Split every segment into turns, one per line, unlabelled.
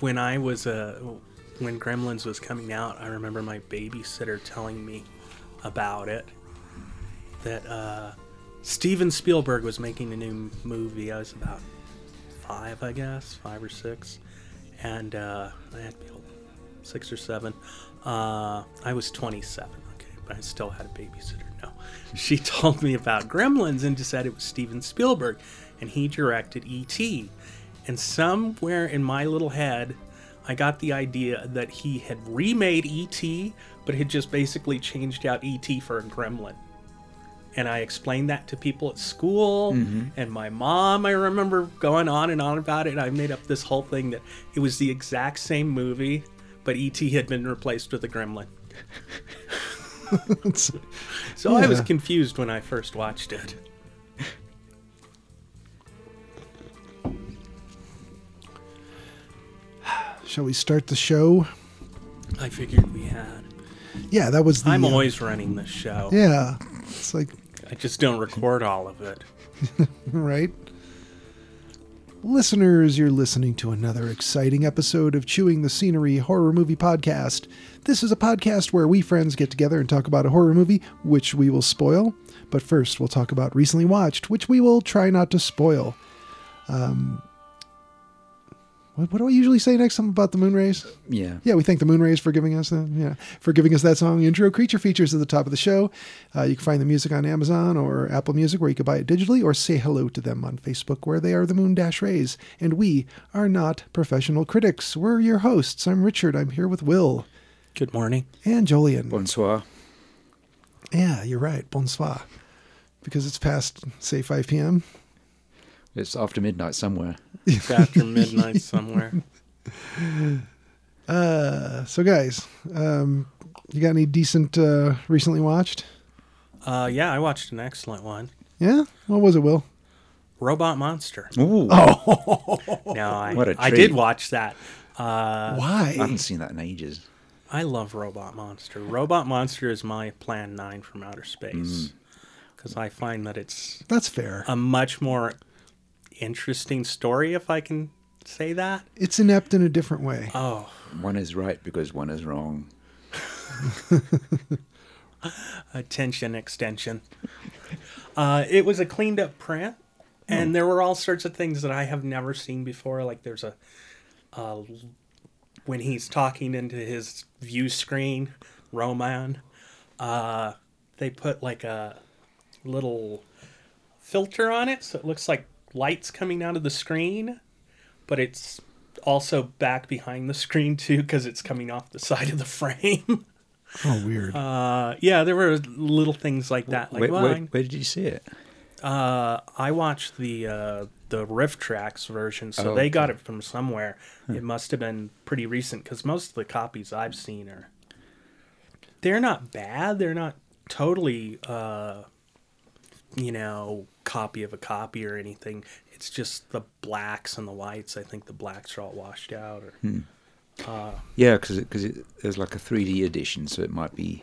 when I was uh, when Gremlins was coming out, I remember my babysitter telling me about it. That uh, Steven Spielberg was making a new m- movie. I was about five, I guess, five or six, and uh, I had to be old, six or seven. Uh, I was 27. Okay, but I still had a babysitter. No, she told me about Gremlins and just said it was Steven Spielberg, and he directed E.T. And somewhere in my little head, I got the idea that he had remade E.T., but had just basically changed out E.T. for a gremlin. And I explained that to people at school
Mm-hmm.
and my mom. I remember going on and on about it. and I made up this whole thing that it was the exact same movie, but E.T. had been replaced with a gremlin.
It's-
So I was
Yeah.
confused when I first watched it.
Shall we start the show?
I figured we had.
Yeah, that was the.
I'm
uh,
always running this show.
Yeah, it's like
I just don't record all of it.
right? Listeners, you're listening to another exciting episode of Chewing the Scenery Horror Movie Podcast. This is a podcast where we friends get together and talk about a horror movie, which we will spoil. But first, we'll talk about recently watched, which we will try not to spoil. Um, what, what do I usually say next time about the moon rays?
Yeah.
Yeah, we thank the Moonrays for giving us the yeah for giving us that song intro. Creature features at the top of the show. Uh, you can find the music on Amazon or Apple Music, where you can buy it digitally, or say hello to them on Facebook, where they are the Moon Dash Rays. And we are not professional critics. We're your hosts. I'm Richard. I'm here with Will
Good morning.
and Jolien.
Bonsoir.
yeah, you're right. Bonsoir, because it's past say 5 p.m.
It's after midnight somewhere.
It's after midnight somewhere.
Uh, so guys, um, you got any decent uh, recently watched?
Uh, yeah, I watched an excellent one.
Yeah, what was it, Will?
Robot Monster.
Ooh.
Now I,
What a
I
treat.
did watch that. Uh,
Why?
I haven't seen that in ages.
I love Robot Monster. Robot Monster is my Plan Nine from outer
Mm.
space because I find that it's
That's fair.
a much more interesting story, if I can say that.
It's inept in a different way.
Oh,
One is right because one is wrong.
attention extension. Uh, it was a cleaned up print, and there were all sorts of things that I have never seen before. Like there's a, a when he's talking into his view screen, Roman, uh, they put like a little filter on it, so it looks like lights coming out of the screen, but it's also back behind the screen too because it's coming off the side of the frame.
Oh, weird.
Uh, yeah, there were little things like that. Like,
where,
well,
where-
I-
where did you see it?
uh, I watched the uh, the Riff Tracks version, so
Oh,
they got it from somewhere. It must have been pretty recent because most of the copies I've seen are they're not bad. They're not totally uh, you know copy of a copy or anything. It's just the blacks and the whites. I think the blacks are all washed out. Or
Yeah, because it, 'cause it, there's like a 3D edition, so it might be.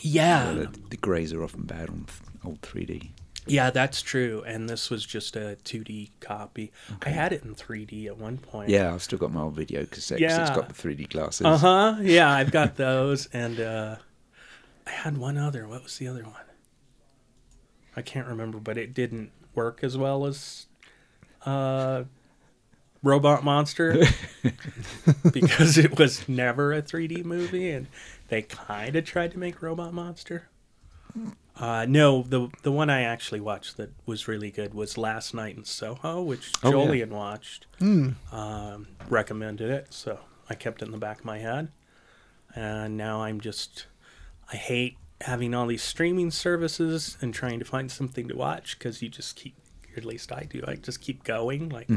yeah, Ah.
well, the, the greys are often bad on th- old 3D.
Yeah, that's true. And this was just a 2D copy. I had it in 3D at one point.
Yeah, I've still got my old video cassette 'cause it's
Yeah.
got the 3D glasses.
Uh huh. Yeah, I've got those. and uh, I had one other. What was the other one? I can't remember, but it didn't work as well as uh, Robot Monster because it was never a 3D movie. And they kind of tried to make Robot Monster. Uh, no, the the one I actually watched that was really good was Last Night in Soho, which
Oh, yeah.
Jolien watched.
Hmm.
Um, recommended it, so I kept it in the back of my head. And now I'm just, I hate having all these streaming services and trying to find something to watch because you just keep, or at least I do, I just keep going. Like,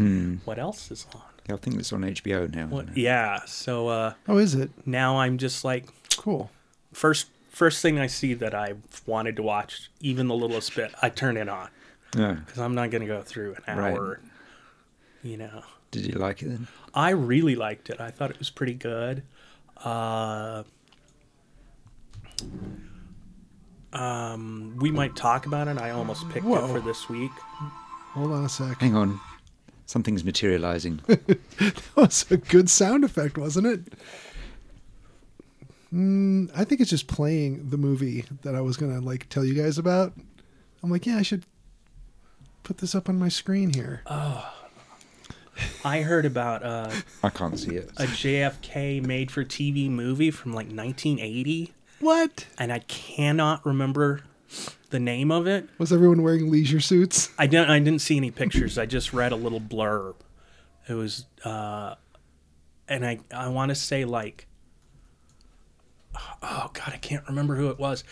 what else is on?
I think it's on HBO now.
What?
isn't it?
Yeah. So uh,
Oh, is it?
now I'm just like,
Cool.
first first thing I see that I wanted to watch, even the littlest bit, I turn it on
Yeah.
because I'm not going to go through an
Right.
hour. You know,
Did you like it then?
I really liked it. I thought it was pretty good. Uh, um, we might talk about it. I almost picked
Whoa.
it for this week.
Hold on a sec.
Hang on. Something's materializing.
That was a good sound effect, wasn't it? Mm, I think it's just playing the movie that I was gonna like tell you guys about. I'm like, yeah, I should put this up on my screen here.
Uh, I heard about uh,
I can't see it.
a JFK made-for-TV movie from like 1980.
what
and I cannot remember the name of it.
was everyone wearing leisure suits?
I don't. I didn't see any pictures. I just read a little blurb. It was, uh, and I I want to say like, oh god, I can't remember who it was,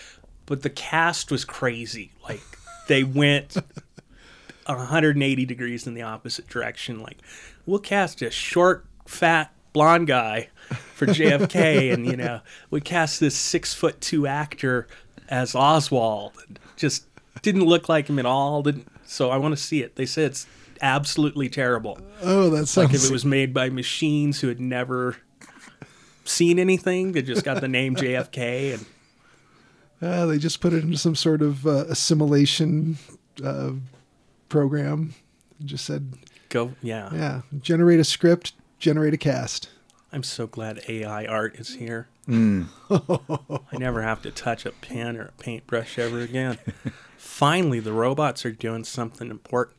but the cast was crazy. Like they went. 180 degrees in the opposite direction. Like, we'll cast a short, fat, blonde guy for JFK, and you know, we cast this six foot two actor as Oswald. Just didn't look like him at all. Didn't, so I want to see it. They said it's absolutely terrible.
Oh, that sounds
Like if it was made by machines who had never seen anything, they just got the name JFK and
Uh, they just put it into some sort of uh, assimilation uh, program. Just said,
go. Yeah,
yeah, generate a script, generate a cast.
I'm so glad AI art is here. I never have to touch a pen or a paintbrush ever again. Finally, the robots are doing something important.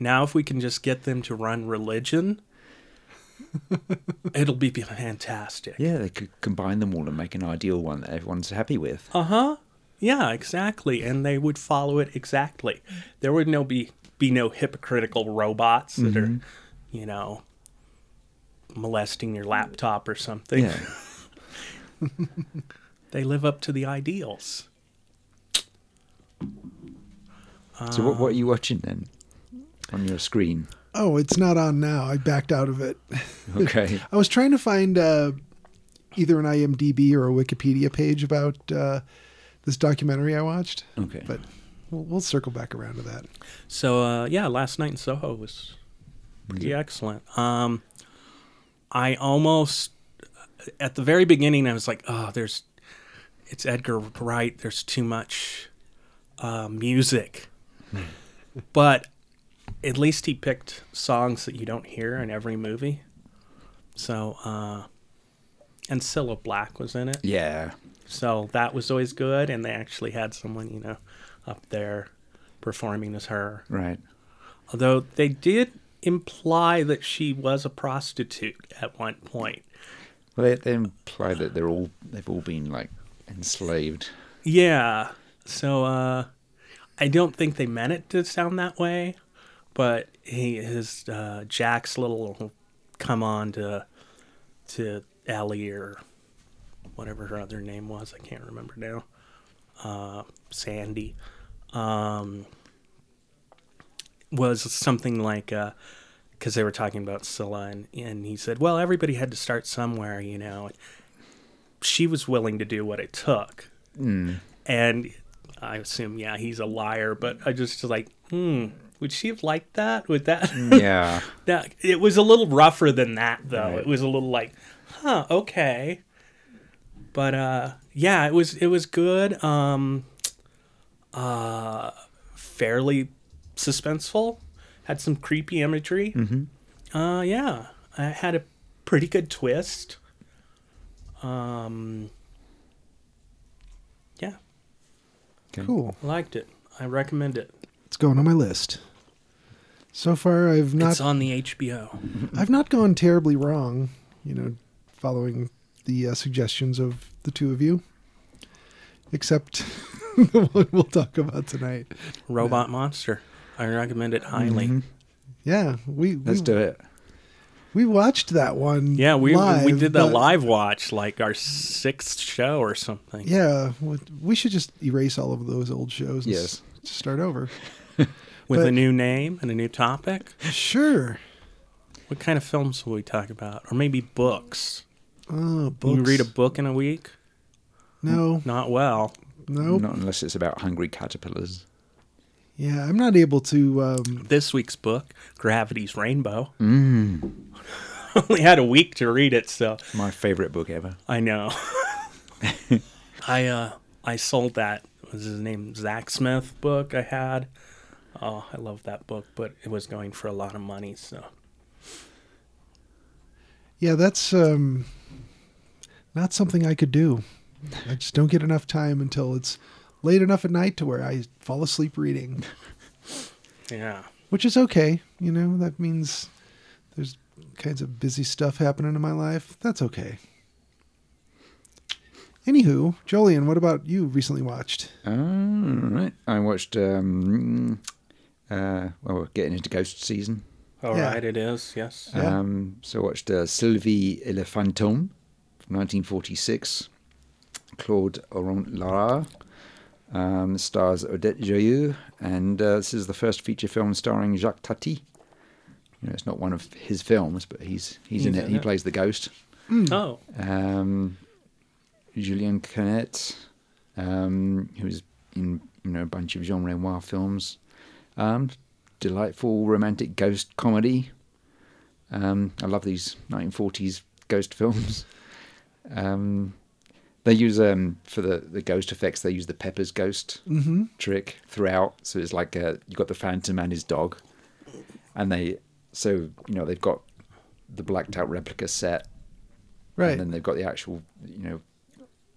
Now, if we can just get them to run religion, it'll be fantastic.
Yeah, they could combine them all and make an ideal one that everyone's happy with.
Uh huh. Yeah, exactly. And they would follow it exactly. There would no be be no hypocritical robots that are, you know, molesting your laptop or something.
Yeah.
They live up to the ideals.
So what, what are you watching then on your screen?
Oh, it's not on now. I backed out of it.
Okay.
I was trying to find uh, either an IMDb or a Wikipedia page about uh, this documentary I watched.
Okay.
But we'll, we'll circle back around to that.
So uh, yeah, last night in Soho was pretty excellent. Um, I almost uh, at the very beginning I was like, oh, there's it's Edgar Wright. There's too much uh, music, but at least he picked songs that you don't hear in every movie. So uh, and Cilla Black was in it.
Yeah.
So that was always good, and they actually had someone, you know, up there performing as her.
Right.
Although they did imply that she was a prostitute at one point.
Well, they, they imply that they're all they've all been like enslaved.
Yeah. So uh I don't think they meant it to sound that way, but he his uh Jack's little come on to to Ellie or whatever her other name was, I can't remember now. Uh Sandy. Um was something like uh because they were talking about Scylla, and, and he said, Well, everybody had to start somewhere, you know. She was willing to do what it took and I assume yeah he's a liar, but I just was like hmm would she have liked that? Would that
Yeah.
that it was a little rougher than that though.
Right.
It was a little like huh okay, but uh yeah it was it was good um uh fairly suspenseful had some creepy imagery uh yeah I had a pretty good twist um yeah
Okay.
Cool.
Liked it. I recommend it.
It's going on my list. So far, I've not
it's on the HBO.
I've not gone terribly wrong, you know, following the uh, suggestions of the two of you, except the one we'll talk about tonight.
Robot Monster. I recommend it highly.
Mm-hmm. Yeah, we we,
Let's do it.
we watched that one.
Yeah, we we
live,
did that
but-
live watch like our sixth show or something.
Yeah, we- we should just erase all of those old shows. And
Yes.
s- start over.
With
but-
a new name and a new topic.
Sure.
What kind of films will we talk about? Or maybe books.
Oh, books.
You read a book in a week?
no,
Not well.
no.
Not unless it's about hungry caterpillars.
Yeah, I'm not able to. Um,
This week's book, Gravity's Rainbow. Mm. Only had a week to read it, so
My favourite book ever.
I know. I uh I sold that what was his name Zach Smith book I had. Oh, I love that book, but it was going for a lot of money, so
yeah, that's um, not something I could do. I just don't get enough time until it's late enough at night to where I fall asleep reading,
yeah.
which is okay. You know, that means there's kinds of busy stuff happening in my life. That's okay. Anywho, Jolien, what about you recently watched?
All Oh, right. I watched. Um, uh, well, we're getting into ghost season.
All right,
Yeah.
it is. Yes.
Yeah.
Um, so I watched uh, Sylvie et le Fantôme from 1946. Claude Laurent Lara um, stars Odette Joyeux, and uh, this is the first feature film starring Jacques Tati. You know, it's not one of his films, but he's he's, in
He's
it.
in
He
it.
plays the ghost.
Oh,
Um, Julien Canet, um, who's in you know a bunch of Jean Renoir films. Um, delightful romantic ghost comedy. Um, I love these 1940s ghost films. Um, they use um, for the, the ghost effects. They use the Pepper's ghost
Mm-hmm.
trick throughout. So it's like uh, you've got the Phantom and his dog, and they so you know they've got the blacked out replica set
Right.
and then they've got the actual, you know,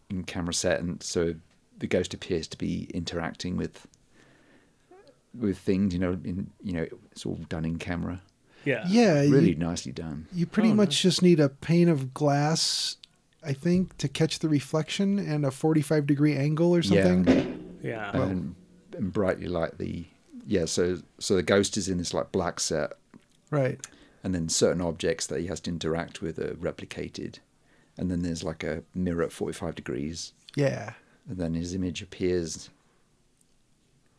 in camera set, and so the ghost appears to be interacting with with things. You know, in you know, it's all done in camera.
yeah.
yeah. you-
uh, Really nicely done.
You pretty
Oh,
much
nice.
just need a pane of glass, I think, to catch the reflection and a 45 degree angle or something.
Yeah,
Yeah.
and, and, and brightly like the yeah. So so the ghost is in this like black set,
Right.
and then certain objects that he has to interact with are replicated, and then there's like a mirror at forty five degrees,
Yeah.
and then his image appears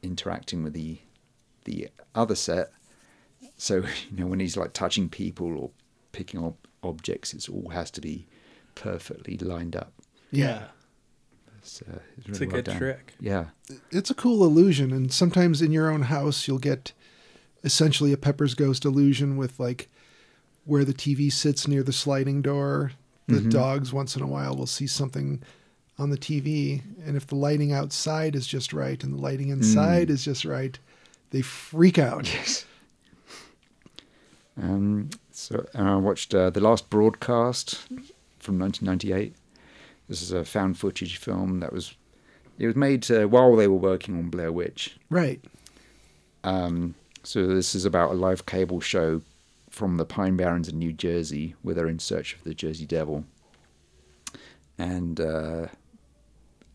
interacting with the the other set. So you know when he's like touching people or picking up objects, it all has to be perfectly lined up.
Yeah.
It's, uh, it's,
It's
really
a
well
good
done.
trick.
Yeah,
It's a cool illusion. And sometimes in your own house, you'll get essentially a Pepper's Ghost illusion with like where the TV sits near the sliding door. The dogs, once in a while, will see something on the TV. And if the lighting outside is just right and the lighting inside is just right, they freak out.
Um, so and I watched uh, the last broadcast from 1998. This is a found footage film that was it was made uh, while they were working on Blair Witch.
Right.
Um, so this is about a live cable show from the Pine Barrens in New Jersey, where they're in search of the Jersey Devil, and uh,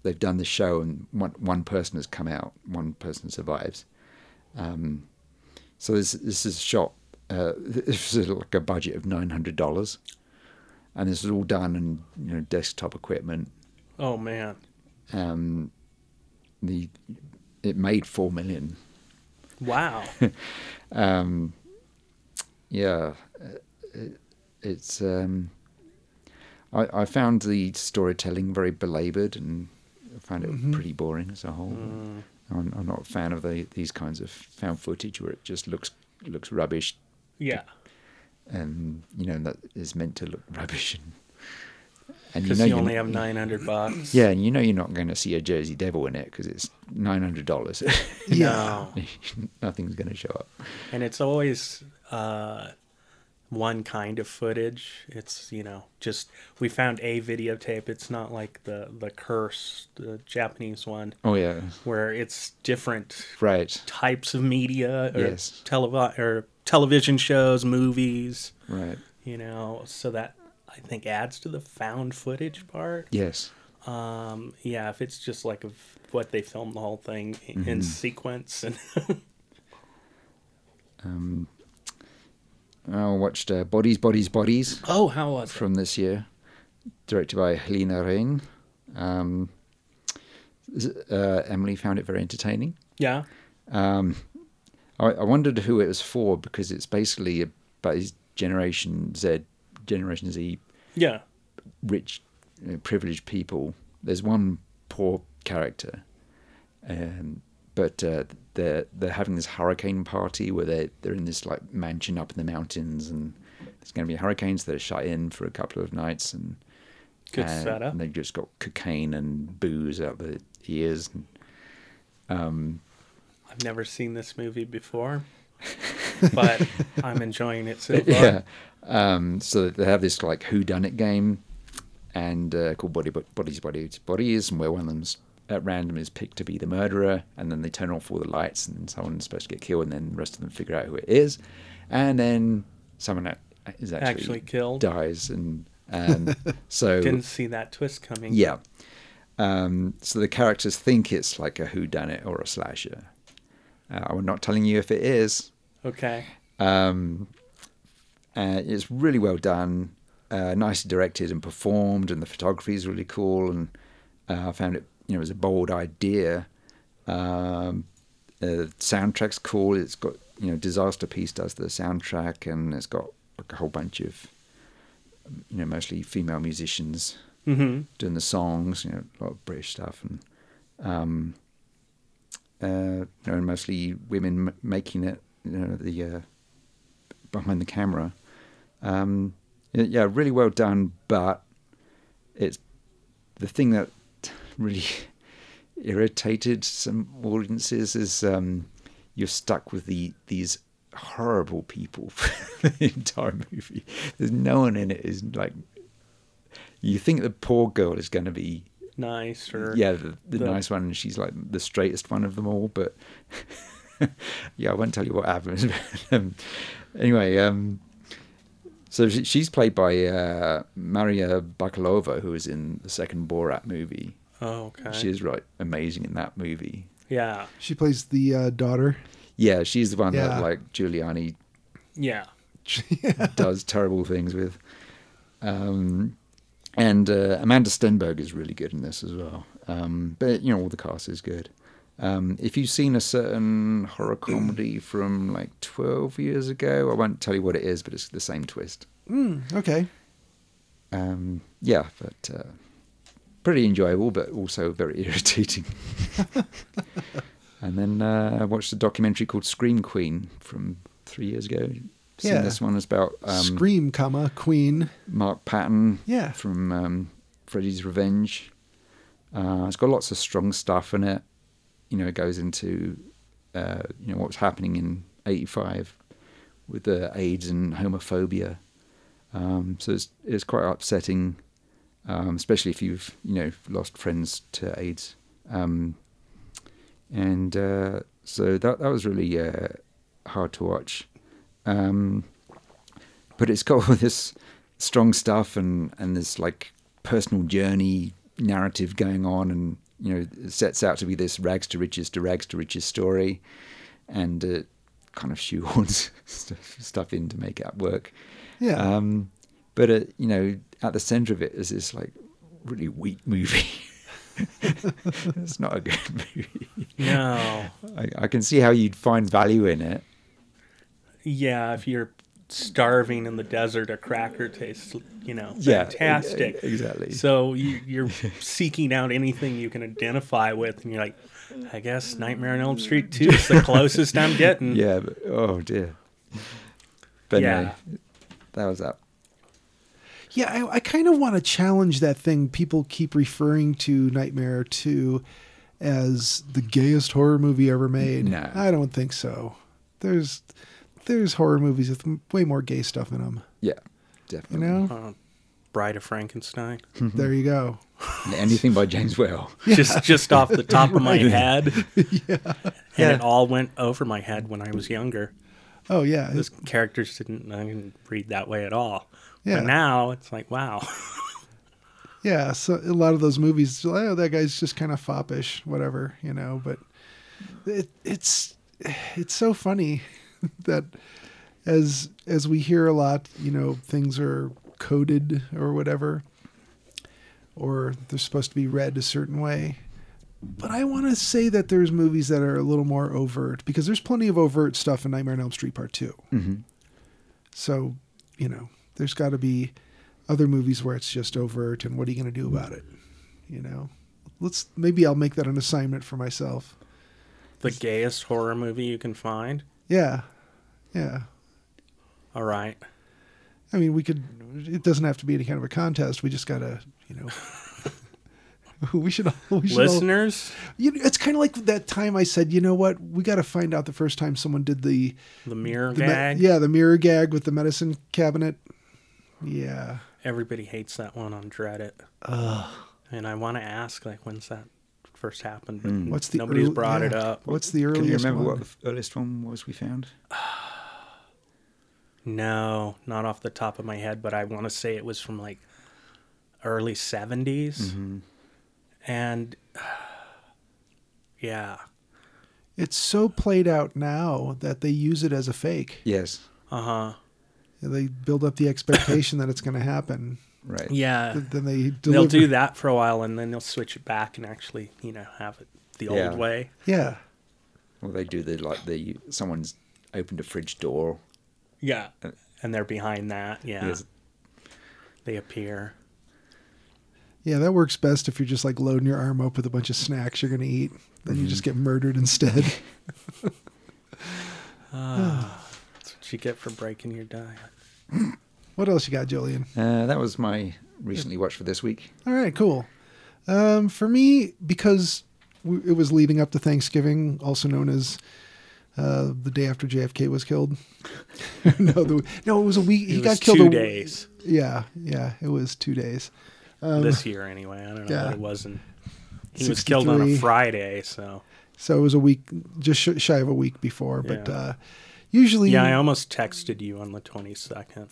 they've done the show, and one one person has come out, one person survives. Um, so this this is shot. Uh, this is like a budget of nine hundred dollars, and this is all done in you know desktop equipment
Oh man.
um, the it made four million.
Wow.
Um, yeah, uh, it- it's. Um, I, I found the storytelling very belabored, and I found it
Mm-hmm.
pretty boring as a whole.
Mm.
I'm, I'm not a fan of the, these kinds of found footage where it just looks looks rubbish,
Yeah.
and you know that is meant to look rubbish. And, and
Because
you're
you, only
not-
have 900 bucks.
Yeah, and you know you're not going to see a Jersey Devil in it because it's nine hundred dollars.
No.
Nothing's going to show up.
And it's always uh, one kind of footage. It's you know just we found a videotape. It's not like the the curse, the Japanese one,
Oh yeah,
where it's different
right,
types of media or
Yes.
televi- or television shows, movies.
right,
You know, so that I think adds to the found footage part.
yes.
Um, yeah, if it's just like of what they filmed the whole thing i-
Mm-hmm.
in sequence and
Um, I watched uh, Bodies, Bodies, Bodies
oh, how was it?
from this year, directed by Helena Rain. Um, z- uh, Emily found it very entertaining.
Yeah,
Um, I, I wondered who it was for because it's basically about his Generation Z, Generation Z
yeah,
rich, you know, privileged people. There's one poor character, um, but uh, they're they're having this hurricane party where they they're in this like mansion up in the mountains, and there's going to be hurricanes. They're shut in for a couple of nights, and
good
Uh, and
setup.
They've just got cocaine and booze out their ears. And,
I've never seen this movie before, but I'm enjoying it so far.
yeah. Um, so they have this like who done it game, and uh, called body Bo- bodies bodies bodies, and where one of them's at random is picked to be the murderer, and then they turn off all the lights, and someone's supposed to get killed, and then the rest of them figure out who it is, and then someone a- is actually,
Actually killed.
dies, and um, so
Didn't see that twist coming.
yeah. Um, so the characters think it's like a who done it or a slasher. Uh, I'm not telling you if it is,
Okay.
um, uh, it's really well done, uh, nicely directed and performed, and the photography is really cool. And uh, I found it, you know, it was a bold idea. Um, the soundtrack's cool. It's got, you know, Disaster Piece does the soundtrack, and it's got like a whole bunch of, you know, mostly female musicians
hmm
doing the songs, you know, a lot of British stuff, and um, uh, you know, and mostly women m- making it, you know, the uh, behind the camera. Um, y- yeah, really well done, but it's the thing that really irritated some audiences is um, you're stuck with the these horrible people for the entire movie. There's no one in it is like you think the poor girl is going to be
Nice or
yeah the, the,
the-
nice one and she's like the straightest one of them all but yeah i won't tell you what happens but, um, anyway um so she, she's played by uh, Maria Bakalova, who was in the second Borat movie.
Oh, okay.
She is right amazing in that movie.
yeah.
She plays the uh, daughter.
Yeah, she's the one
Yeah.
that like Giuliani
Yeah.
does terrible things with. Um, and uh, Amanda Stenberg is really good in this as well. Um, but you know, all the cast is good. Um, if you've seen a certain horror comedy from like 12 years ago, I won't tell you what it is, but it's the same twist.
Okay.
Um, yeah, but uh, pretty enjoyable, but also very irritating. and then uh, I watched a documentary called Scream Queen from three years ago. Seen
Yeah.
this one? It's about um,
Scream, comma, Queen.
Mark Patton.
Yeah.
From um, Freddy's Revenge. Uh, it's got lots of strong stuff in it. You know, it goes into uh, you know what's happening in '85 with the AIDS and homophobia. Um, so it's it's quite upsetting, um, especially if you've you know lost friends to AIDS. Um, and uh, so that that was really uh, hard to watch. Um, but it's got all this strong stuff and and this like personal journey narrative going on and you know it sets out to be this rags to riches to rags to riches story and uh, kind of shoehorns stuff, stuff in to make it work
Yeah.
um but uh, you know at the center of it is this like really weak movie it's not a good movie
No.
I, I can see how you'd find value in it
Yeah. If you're starving in the desert, a cracker tastes, you know,
Yeah, e-
fantastic.
e- exactly.
So you, you're seeking out anything you can identify with, and you're like, I guess Nightmare on Elm Street 2 is the closest I'm getting.
yeah but, oh dear
Mm.
but
Yeah.
no, that was that
Yeah, I, I kind of want to challenge that thing people keep referring to Nightmare 2 as the gayest horror movie ever made.
No.
I don't think so. There's there's horror movies with m- way more gay stuff in them.
yeah
You
definitely
know?
Uh, Bride of Frankenstein.
There you go.
anything by James Whale.
Just just off the top of my head. yeah. And it all went over my head when I was younger.
Oh yeah,
Those characters didn't I didn't read that way at all.
Yeah.
But now it's like, wow.
yeah, so a lot of those movies, oh, that guy's just kind of foppish, whatever, you know. But it, it's it's so funny that as as we hear a lot, you know, things are coded or whatever, or they're supposed to be read a certain way. But I want to say that there's movies that are a little more overt because there's plenty of overt stuff in Nightmare on Elm Street Part 2 So you know, there's got to be other movies where it's just overt, and what are you going to do about it? You know, let's maybe I'll make that an assignment for myself.
The gayest horror movie you can find.
Yeah, yeah.
All right.
I mean, we could. It doesn't have to be any kind of a contest. We just gotta, you know. we should. All, we should all-
Listeners,
you know, it's kind of like that time I said, you know what? We got to find out the first time someone did the,
the mirror
the me-
gag.
yeah, the mirror gag with the medicine cabinet. Yeah,
Everybody hates that one on Reddit. And I want to ask, like, when's that first happened? But
Hmm. what's the
nobody's
earl-
brought
yeah,
it up?
What's the
Can you
earliest
remember
one?
what the earliest one was we found?
No, not off the top of my head, but I want to say it was from like early 70s. And yeah.
It's so played out now that they use it as a fake.
Yes.
Uh huh.
They build up the expectation that it's going to happen.
Right.
Yeah.
Th- Then they deliver.
They'll do that for a while and then they'll switch it back and actually, you know, have it the
Yeah.
old way.
Yeah,
Well, they do the like the someone's opened a fridge door.
Yeah. Uh, And they're behind that. Yeah.
Yes.
They appear.
yeah. That works best if you're just like loading your arm up with a bunch of snacks you're going to eat. Then
Mm-hmm.
you just get murdered instead.
That's what you get for breaking your diet.
what else you got, Julian?
Uh, that was my recently watched for this week.
All right, cool. Um, for me, because w- it was leading up to Thanksgiving, also known as uh, the day after JFK was killed. no, the, no, it was a week. he
It
got
was
killed
two
a-
days
Yeah, yeah, it was two days.
this year anyway. I don't know
um, yeah.
what it was. And he was killed on a
63.
Friday, so
So it was a week, just sh- shy of a week before. But
Yeah.
uh, usually,
Yeah, I almost texted you on the 22nd,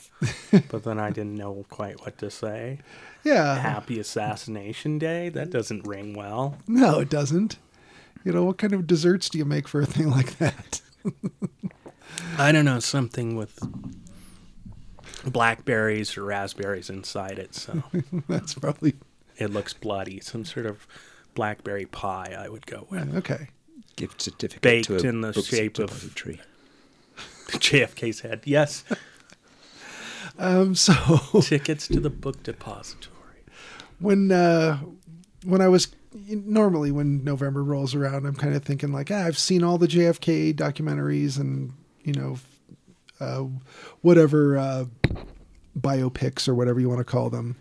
but then I didn't know quite what to say.
yeah,
Happy Assassination Day? That doesn't ring well.
no, it doesn't. You know, what kind of desserts do you make for a thing like that?
I don't know, something with blackberries or raspberries inside it, so
That's probably
it looks bloody. Some sort of blackberry pie I would go with.
okay.
Gift certificate
Baked
to a
in the
book
shape of-
depository.
JFK's head. Yes,
Um, so
tickets to the book depository.
when uh, when I was normally when November rolls around, I'm kind of thinking like ah, I've seen all the JFK documentaries and you know uh, whatever uh, biopics or whatever you want to call them.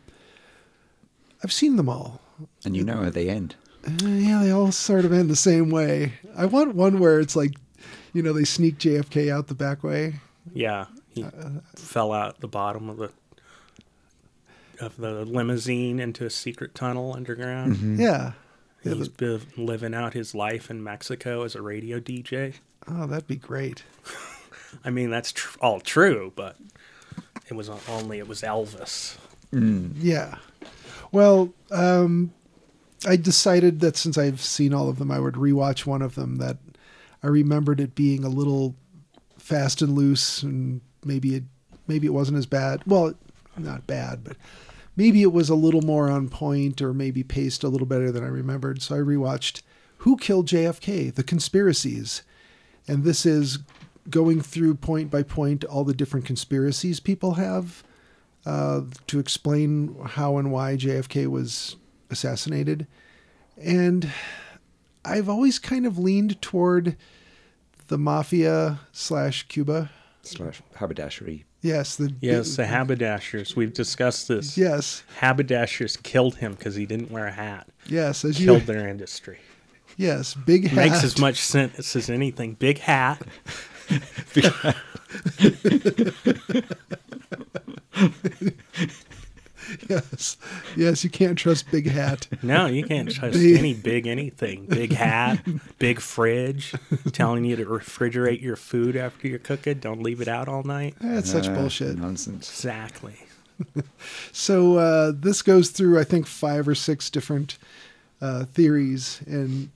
I've seen them all.
And you know how they end.
Uh, yeah, they all sort of end the same way. I want one where it's like, you know, they sneak JFK out the back way.
Yeah, he
Uh,
fell out the bottom of the of the limousine into a secret tunnel underground.
Yeah. Mm-hmm. Yeah,
He's
the-
been living out his life in Mexico as a radio DJ.
oh, that'd be great.
I mean, that's tr- all true, but it was not only it was Elvis.
Yeah. Well, um, I decided that since I've seen all of them, I would rewatch one of them that I remembered it being a little fast and loose, and maybe it maybe it wasn't as bad. Well, not bad, but maybe it was a little more on point, or maybe paced a little better than I remembered. So I rewatched "Who Killed JFK: The Conspiracies," and this is going through point by point all the different conspiracies people have uh, to explain how and why JFK was assassinated. And I've always kind of leaned toward the mafia slash Cuba.
slash haberdashery.
Yes, the
Yes, the haberdashers. We've discussed this.
yes,
Haberdashers killed him because he didn't wear a hat.
yes. As you
Killed their industry.
yes, big hat.
Makes as much sense as anything. Big hat.
Yes, yes. You can't trust big hat.
No, you can't trust
Big-
any big anything. Big hat, big fridge, telling you to refrigerate your food after you cook it. Don't leave it out all night.
That's such
Ah,
bullshit.
Nonsense.
Exactly.
So uh, this goes through, I think, five or six different uh, theories and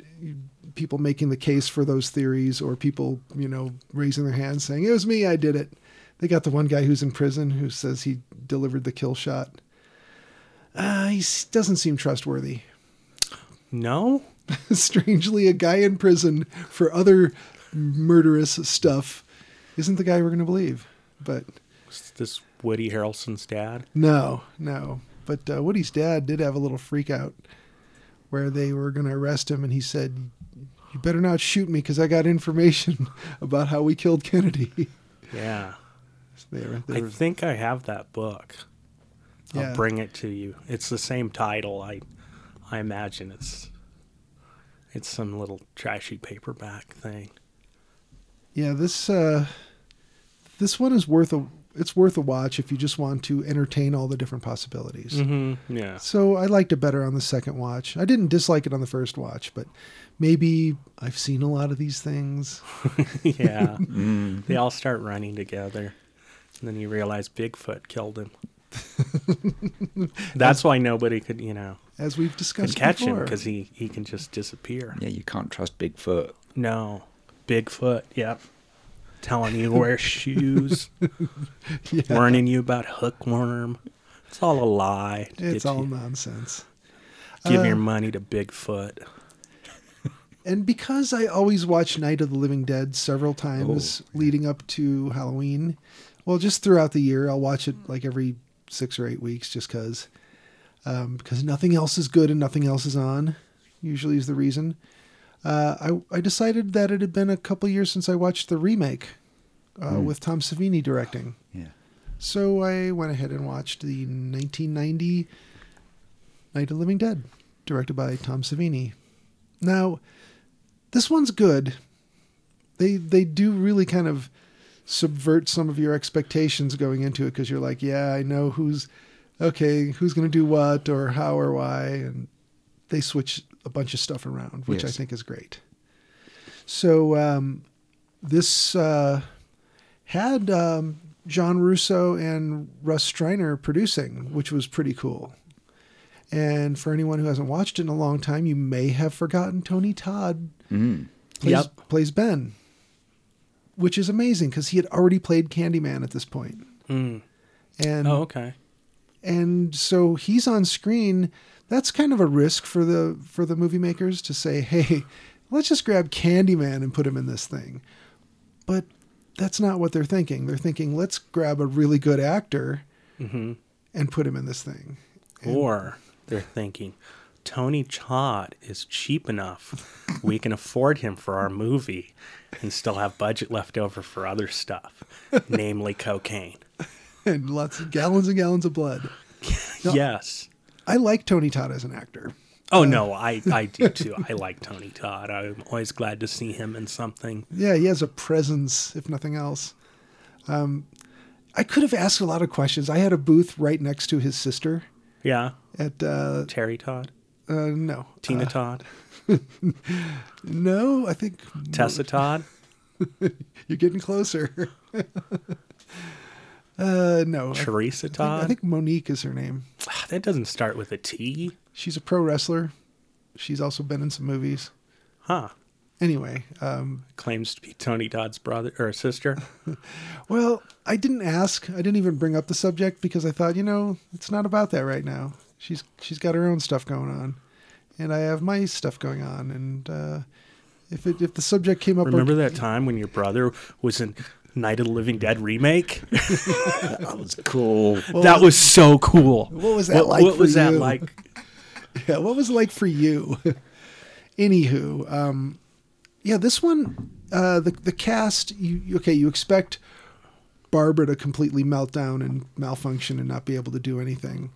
people making the case for those theories or people, you know, raising their hands saying, it was me, I did it. They got the one guy who's in prison who says he delivered the kill shot. Uh, he s- doesn't seem trustworthy.
No?
Strangely, a guy in prison for other murderous stuff isn't the guy we're going to believe. But
Is this Woody Harrelson's dad?
No, no. But uh, Woody's dad did have a little freak out where they were going to arrest him, and he said, You better not shoot me because I got information about how we killed Kennedy.
Yeah.
So they were- they
I
were-
think I have that book.
Yeah.
I'll bring it to you. It's the same title. I I imagine it's it's some little trashy paperback thing.
yeah, this uh, this one is worth a it's worth a watch if you just want to entertain all the different possibilities.
Mm-hmm. Yeah.
So I liked it better on the second watch. I didn't dislike it on the first watch, but maybe I've seen a lot of these things.
yeah.
Mm.
They all start running together. And then you realize Bigfoot killed him. That's why nobody could, you know,
As we've
could
discussed,
catch him
before.
because he, he can just disappear.
Yeah, you can't trust Bigfoot.
No. Bigfoot, yep. Telling you to wear shoes,
Yeah.
warning you about hookworm. It's all a lie. to
It's
get
all
you-
nonsense.
give
uh,
your money to Bigfoot.
And because I always watch Night of the Living Dead several times leading up to Halloween, well, just throughout the year, I'll watch it like every six or eight weeks just because. Um, because nothing else is good and nothing else is on, usually is the reason. Uh, I, I decided that it had been a couple years since I watched the remake uh, with Tom Savini directing.
Yeah.
So I went ahead and watched the 1990 Night of the Living Dead, directed by Tom Savini. Now, this one's good. They they do really kind of subvert some of your expectations going into it because you're like, yeah, I know who's okay, who's going to do what or how or why, and they switch a bunch of stuff around, which I
Yes.
think is great. So um, this uh, had um, John Russo and Russ Striner producing, which was pretty cool. And for anyone who hasn't watched it in a long time, you may have forgotten Tony Todd
Mm.
plays,
Yep.
plays Ben, which is amazing because he had already played Candyman at this point.
Mm.
And
Oh, okay.
and so he's on screen. That's kind of a risk for the for the movie makers to say, "Hey, let's just grab Candyman and put him in this thing." But that's not what they're thinking. They're thinking, "Let's grab a really good actor
Mhm.
and put him in this thing." And-
Or they're thinking, Tony Todd is cheap enough. We can afford him for our movie and still have budget left over for other stuff, namely cocaine.
and lots of gallons and gallons of blood. No.
Yes.
I like Tony Todd as an actor.
Oh, no, I, I do too. I like Tony Todd. I'm always glad to see him in something.
Yeah, he has a presence, if nothing else. Um, I could have asked a lot of questions. I had a booth right next to his sister
Yeah.
at uh,
Terry Todd,
uh no
Tina
Uh,
Todd,
no, I think
Tessa Todd.
you're getting closer. uh, no, I, think-
Teresa Todd. Ah,
I think Monique is her name.
that doesn't start with a T,
She's a pro wrestler. She's also been in some movies.
huh?
Anyway, um,
Claims to be Tony Todd's brother or sister.
Well, I didn't ask. I didn't even bring up the subject because I thought, you know, it's not about that right now. She's she's got her own stuff going on, and I have my stuff going on. And uh, if it, if the subject came up,
Remember that time when your brother was in Night of the Living Dead remake?
That was cool.
that was so cool.
What was that like
What
for
was that
you?
like?
yeah, what was it like for you? Anywho, um, yeah, this one, uh, the the cast, you you- okay? You expect Barbara to completely melt down and malfunction and not be able to do anything,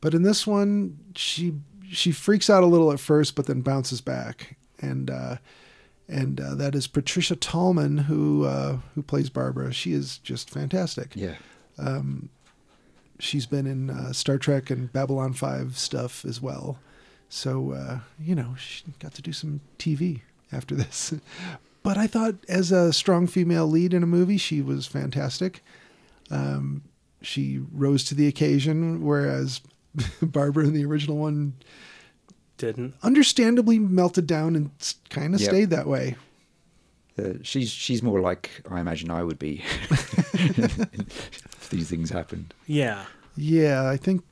but in this one, she she freaks out a little at first, but then bounces back, and uh, and uh, that is Patricia Tallman who uh, who plays Barbara. She is just fantastic
Yeah.
she's been in uh, Star Trek and Babylon 5 stuff as well. So, uh, you know, she got to do some TV after this. but I thought as a strong female lead in a movie, she was fantastic. Um, she rose to the occasion, whereas Barbara in the original one
Didn't.
understandably melted down and kind of
Yep.
stayed that way.
Uh, she's she's more like I imagine I would be. if these things happened.
Yeah.
Yeah, I think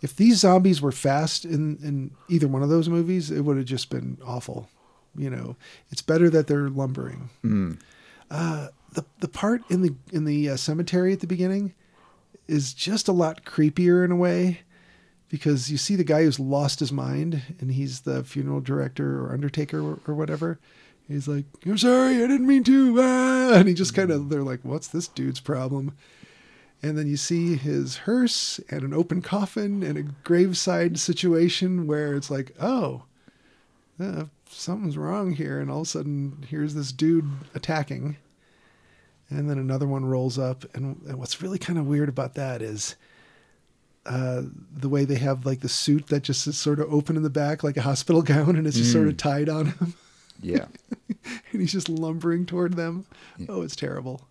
if these zombies were fast in, in either one of those movies, it would have just been awful. You know, it's better that they're lumbering. Uh, the the part in the in the uh, cemetery at the beginning is just a lot creepier in a way because you see the guy who's lost his mind and he's the funeral director or undertaker or, or whatever. He's like, "I'm sorry, I didn't mean to," ah," and he just kind of they're like, "What's this dude's problem?" And then you see his hearse and an open coffin and a graveside situation where it's like, oh, uh, something's wrong here. And all of a sudden, here's this dude attacking. And then another one rolls up. And, and what's really kind of weird about that is uh, the way they have like the suit that just is sort of open in the back, like a hospital gown, and it's just sort of tied on him.
Yeah.
and he's just lumbering toward them. Oh, it's terrible.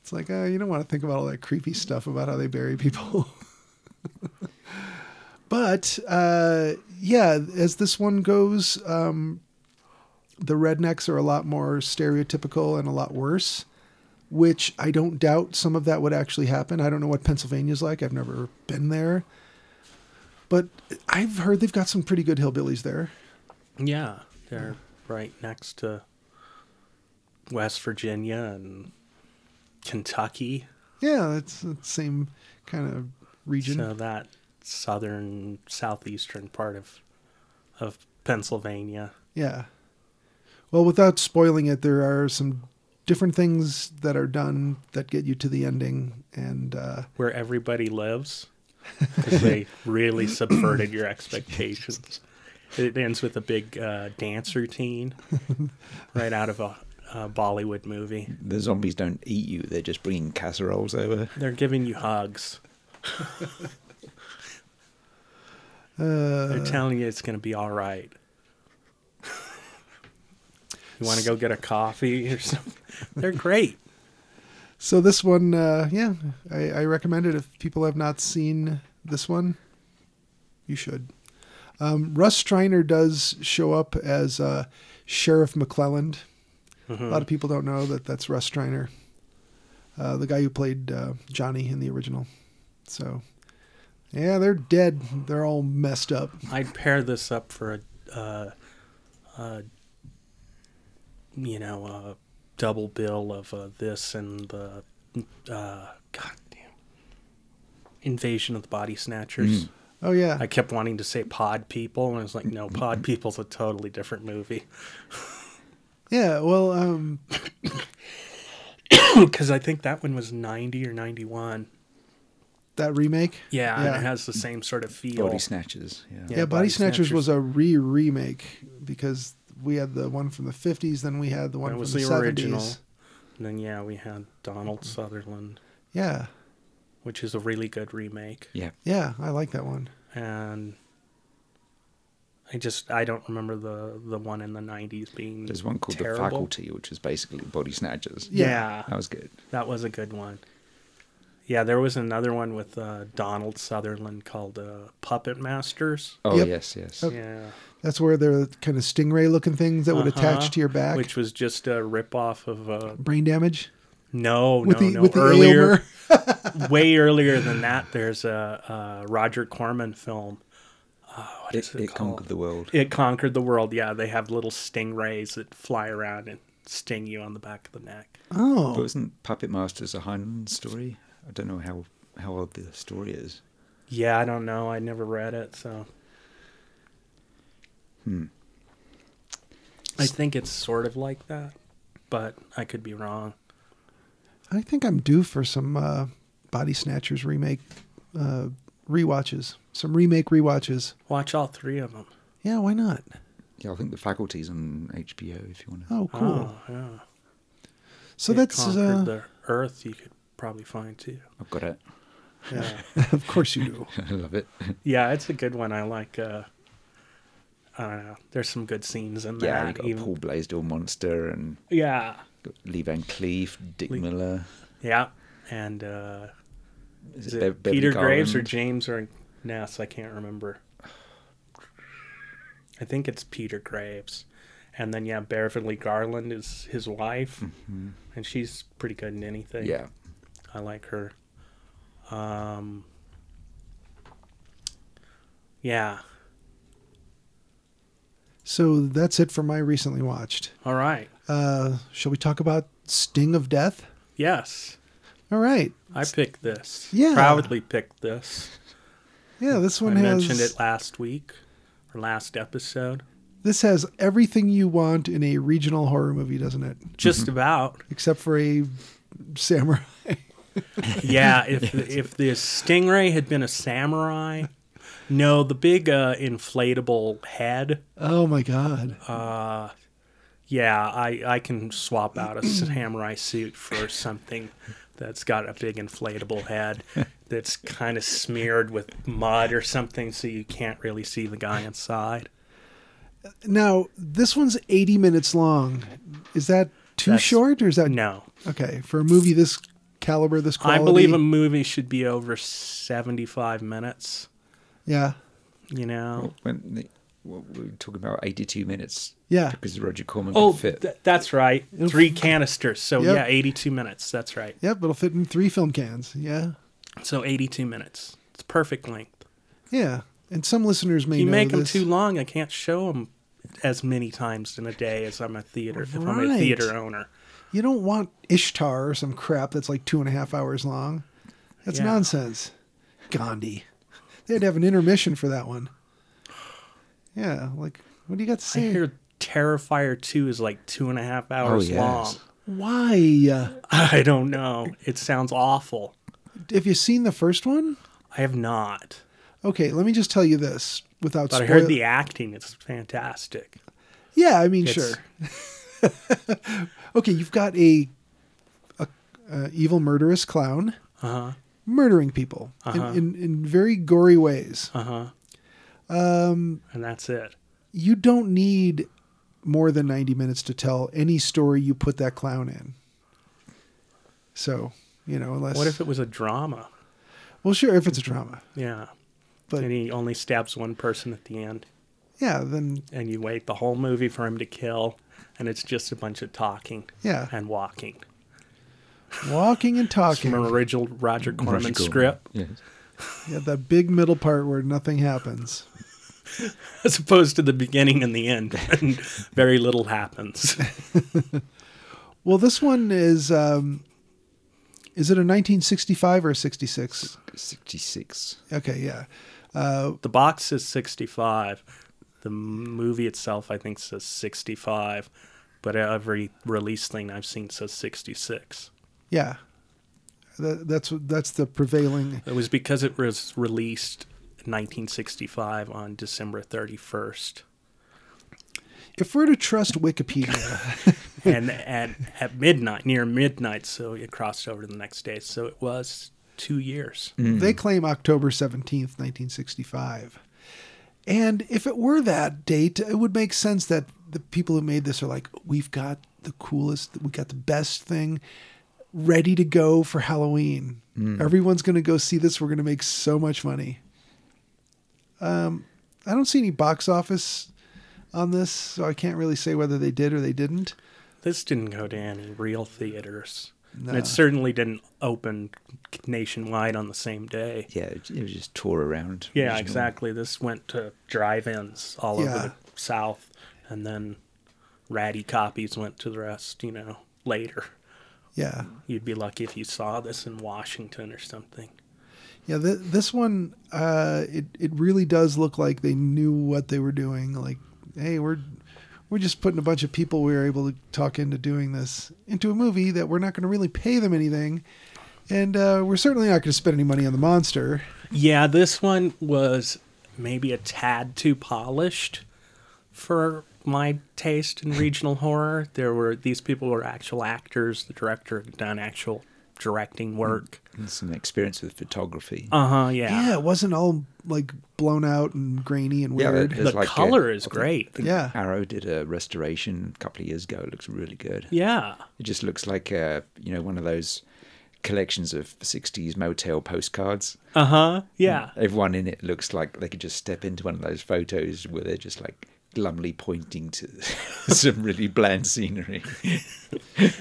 It's like, uh, you don't want to think about all that creepy stuff about how they bury people. but uh, yeah, as this one goes, um, the rednecks are a lot more stereotypical and a lot worse, which I don't doubt some of that would actually happen. I don't know what Pennsylvania's like, I've never been there. But I've heard they've got some pretty good hillbillies there.
Yeah. They're right next to West Virginia and Kentucky.
Yeah, it's the same kind of region.
So that southern southeastern part of of Pennsylvania.
Yeah. Well, without spoiling it, there are some different things that are done that get you to the ending, and uh,
where everybody lives because they really subverted your expectations. It ends with a big uh, dance routine right out of a, a Bollywood movie.
The zombies don't eat you, they're just bringing casseroles over.
They're giving you hugs.
uh,
They're telling you it's going to be all right. You want to go get a coffee or something? They're great.
so this one, uh, yeah, I, I recommend it. If people have not seen this one, you should. Um, Russ Striner does show up as uh, Sheriff McClelland. A
Mm-hmm.
lot of people don't know that that's Russ Striner, uh, the guy who played uh, Johnny in the original. So, yeah, they're dead. They're all messed up.
I'd pair this up for a, uh, a you know, a double bill of uh, this and the uh, goddamn invasion of the body snatchers.
Oh yeah,
I kept wanting to say Pod People, and I was like, no, Pod People's a totally different movie
yeah. Well, um,
because I think that one was ninety or ninety one.
that remake.
Yeah,
yeah.
and it has the same sort of feel.
Body snatchers. Yeah.
yeah, Body, Snatchers, was a re remake because we had the one from the fifties, then we had the one
That
from
was
the,
the
70s.
original. And then yeah, we had Donald Sutherland,
Yeah,
which is a really good remake.
Yeah.
yeah, I like that one.
and I just I don't remember the the one in the nineties being.
There's one called
terrible.
The Faculty, which is basically body snatchers.
Yeah.
That was good.
that was a good one. Yeah, there was another one with uh, Donald Sutherland called uh, Puppet Masters.
Oh
Yep.
yes, yes.
Yeah,
That's where they're kind of stingray looking things that would
Uh-huh.
attach to your back.
which was just a ripoff of uh,
Brain damage
no, Oh, no, no.
Aylmer.
earlier, way earlier than that. There's a, uh Roger Corman film. Uh, what is
It, it
called?
conquered the world.
It conquered the world. Yeah, they have little stingrays that fly around and sting you on the back of the neck.
But
Oh,
wasn't Puppet Masters a Highland story? I don't know how how old the story is.
Yeah, I don't know. I never read it, so. Hmm. I think it's sort of like that, but I could be wrong.
I think I'm due for some uh, Body Snatchers remake uh, rewatches. Some remake rewatches.
Watch all three of them.
Yeah, why not?
Yeah, I think the faculty's on HBO if you want to.
Oh, cool.
Oh, yeah.
so
It
that's
conquered
uh,
the Earth. You could probably find too.
I've got it.
Yeah,
of course you do.
I love it.
yeah, it's a good one. I like. uh I don't know. There's some good scenes in
Yeah,
that.
you've got
even-
a Paul Blaisdell monster and
yeah.
got Lee Van Cleef, Dick
Lee-
Miller.
Yeah, and uh,
is
Is
it
it
Bev- Beverly
Peter Graves or
Garland?
James or Ness? I can't remember. I think it's Peter Graves. And then yeah, Beverly Garland is his wife, and she's pretty good in anything.
Mm-hmm. Yeah,
I like her. Um, yeah.
So that's it for my recently watched.
All right.
Uh, shall we talk about Sting of Death?
Yes,
All right.
I picked this.
Yeah.
Proudly picked this.
Yeah, this one
I
has
mentioned it last week or last episode.
This has everything you want in a regional horror movie, doesn't it?
Mm-hmm.
Just about.
Except for a samurai.
Yeah, if if the stingray had been a samurai, no, the big uh, inflatable head.
oh my god.
Uh, Yeah, I I can swap out a samurai suit for something that's got a big inflatable head that's kind of smeared with mud or something, so you can't really see the guy inside.
Now, this one's 80 minutes long. Is that too
That's-
short or is that
No,
Okay, for a movie this caliber, this quality.
I believe a movie should be over seventy five minutes.
Yeah.
You know.
when the, what we were talking about eighty-two minutes.
Yeah.
because Roger Corman
Oh,
could fit.
th- that's right. Three canisters. So
Yep.
yeah, 82 minutes. That's right.
Yep, it'll fit in three film cans. Yeah.
So 82 minutes. It's perfect length.
Yeah. And some listeners may
You
know
make them
this.
too long, I can't show them as many times in a day as I'm a theater if I'm a
Right.
theater owner.
You don't want Ishtar or some crap that's like two and a half hours long. That's
Yeah.
nonsense. Gandhi. They had to have an intermission for that one. Yeah, like what do you got to
I
say?
hear Terrifier 2 is like two and a half
Oh,
hours
yes.
long.
Why? Uh,
I don't know. It sounds awful.
have you seen the first one?
I have not.
Okay, let me just tell you this without
But I
spoil-
heard the acting is fantastic.
Yeah, I mean,
It's-
sure. okay, you've got a, a, a evil murderous clown
Uh-huh.
murdering people in, in, in very gory ways.
Uh-huh. Um and that's it.
You don't need more than 90 minutes to tell any story you put that clown in. So, you know, unless.
What if it was a drama?
well, sure, if it's a drama.
Yeah.
But-
and he only stabs one person at the end,
Yeah, then,
and you wait the whole movie for him to kill, and it's just a bunch of talking
Yeah.
and walking.
walking and
From
talking.
an original Roger
Roger
Corman
Corman.
script,
Yes.
Yeah, that big middle part where nothing happens.
as opposed to the beginning and the end, and very little happens.
Well, this one is. Um, is it a 1965 or a 66?
sixty-six.
Okay, yeah.
the box is 65. The movie itself, I think, says 65, but every release thing I've seen says 66.
Yeah. That, that's that's the prevailing.
It was because it was released in 1965 on December 31st.
If we're to trust Wikipedia,
and at, at midnight, near midnight, so it crossed over to the next day. So it was two years.
they claim October 17th, 1965. And if it were that date, it would make sense that the people who made this are like, we've got the coolest, we got the best thing ready to go for Halloween. Everyone's going to go see this. We're going to make so much money. Um, I don't see any box office on this, so I can't really say whether they did or they didn't.
This didn't go to any real theaters.
No.
And it certainly didn't open nationwide on the same day.
Yeah, it it was just tour around.
Yeah,
regional.
exactly. This went to drive ins all
Yeah.
over the South, and then ratty copies went to the rest, you know, later.
Yeah.
You'd be lucky if you saw this in Washington or something.
Yeah, th- this one, uh, it it really does look like they knew what they were doing. Like, hey, we're we're just putting a bunch of people we were able to talk into doing this into a movie that we're not going to really pay them anything, and uh, we're certainly not going to spend any money on the monster.
Yeah, this one was maybe a tad too polished for my taste in regional horror. There were these people were actual actors. The director had done actual directing work.
And some experience with photography.
Uh huh.
Yeah.
Yeah.
it wasn't all like blown out and grainy and
Yeah,
weird.
it-
The
It's like a-
color
I
is
think-
great.
I think
Yeah.
Arrow did a restoration a couple of years ago. It looks really good.
Yeah.
It just looks like uh, you know one of those collections of 60s motel postcards.
Uh huh. Yeah.
Everyone in it looks like they could just step into one of those photos where they're just like glumly pointing to some really bland scenery.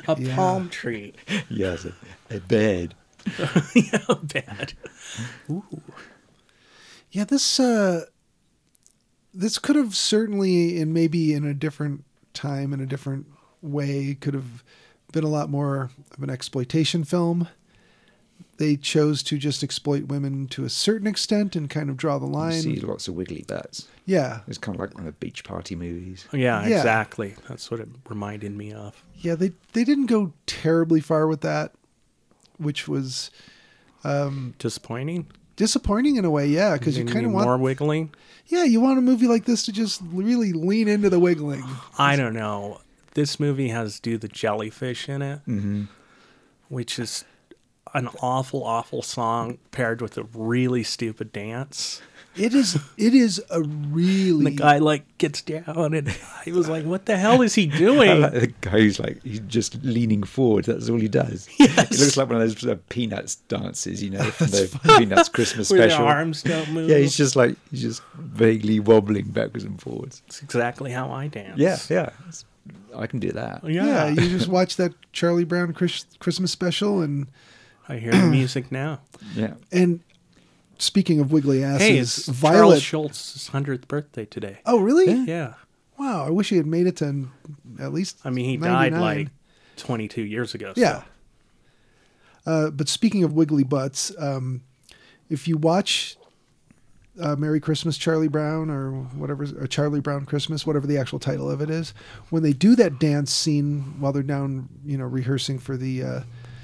A palm tree.
yes, a, a bed.
yeah, bad.
Yeah, this uh, this could have certainly, and maybe in a different time, in a different way, could have been a lot more of an exploitation film. They chose to just exploit women to a certain extent and kind of draw the
You see
line.
lots of wiggly butts.
Yeah,
It's kind of like one of the beach party movies.
Yeah,
Yeah.
exactly. That's what it reminded me of.
yeah, they they didn't go terribly far with that, which was
Disappointing.
disappointing in a way. Yeah, because you
Didn't
kind of
need
want
more wiggling.
yeah you want a movie like this to just really lean into the wiggling.
I don't know. This movie has do the jellyfish in it,
Mm-hmm.
which is an awful, awful song paired with a really stupid dance.
It is it is a
And the
really
guy like gets down, and I was like, "What the hell is he doing?"
Like the guy who's like he's just leaning forward. That's all he does.
Yes.
It looks like one of those uh, peanuts dances, you know, from the Peanuts Christmas
Where the
special.
arms don't move.
Yeah, he's just like he's just vaguely wobbling backwards and forwards.
It's exactly how I dance.
Yeah, yeah, It's- I can do that.
yeah.
yeah.
you just watch that Charlie Brown Chris, Christmas special and
I hear the music now.
Yeah,
and speaking of wiggly asses,
Hey, it's
Violet.
Charles Schultz's hundredth birthday today.
oh really?
Uh,
Yeah,
Wow, I wish he had made it to n- at least.
I mean he
99.
died like twenty-two years ago. so-
yeah. Uh, but speaking of wiggly butts, um, if you watch uh, "Merry Christmas, Charlie Brown" or whatever, or Charlie Brown Christmas, whatever the actual title of it is, when they do that dance scene while they're down, you know, rehearsing for the uh,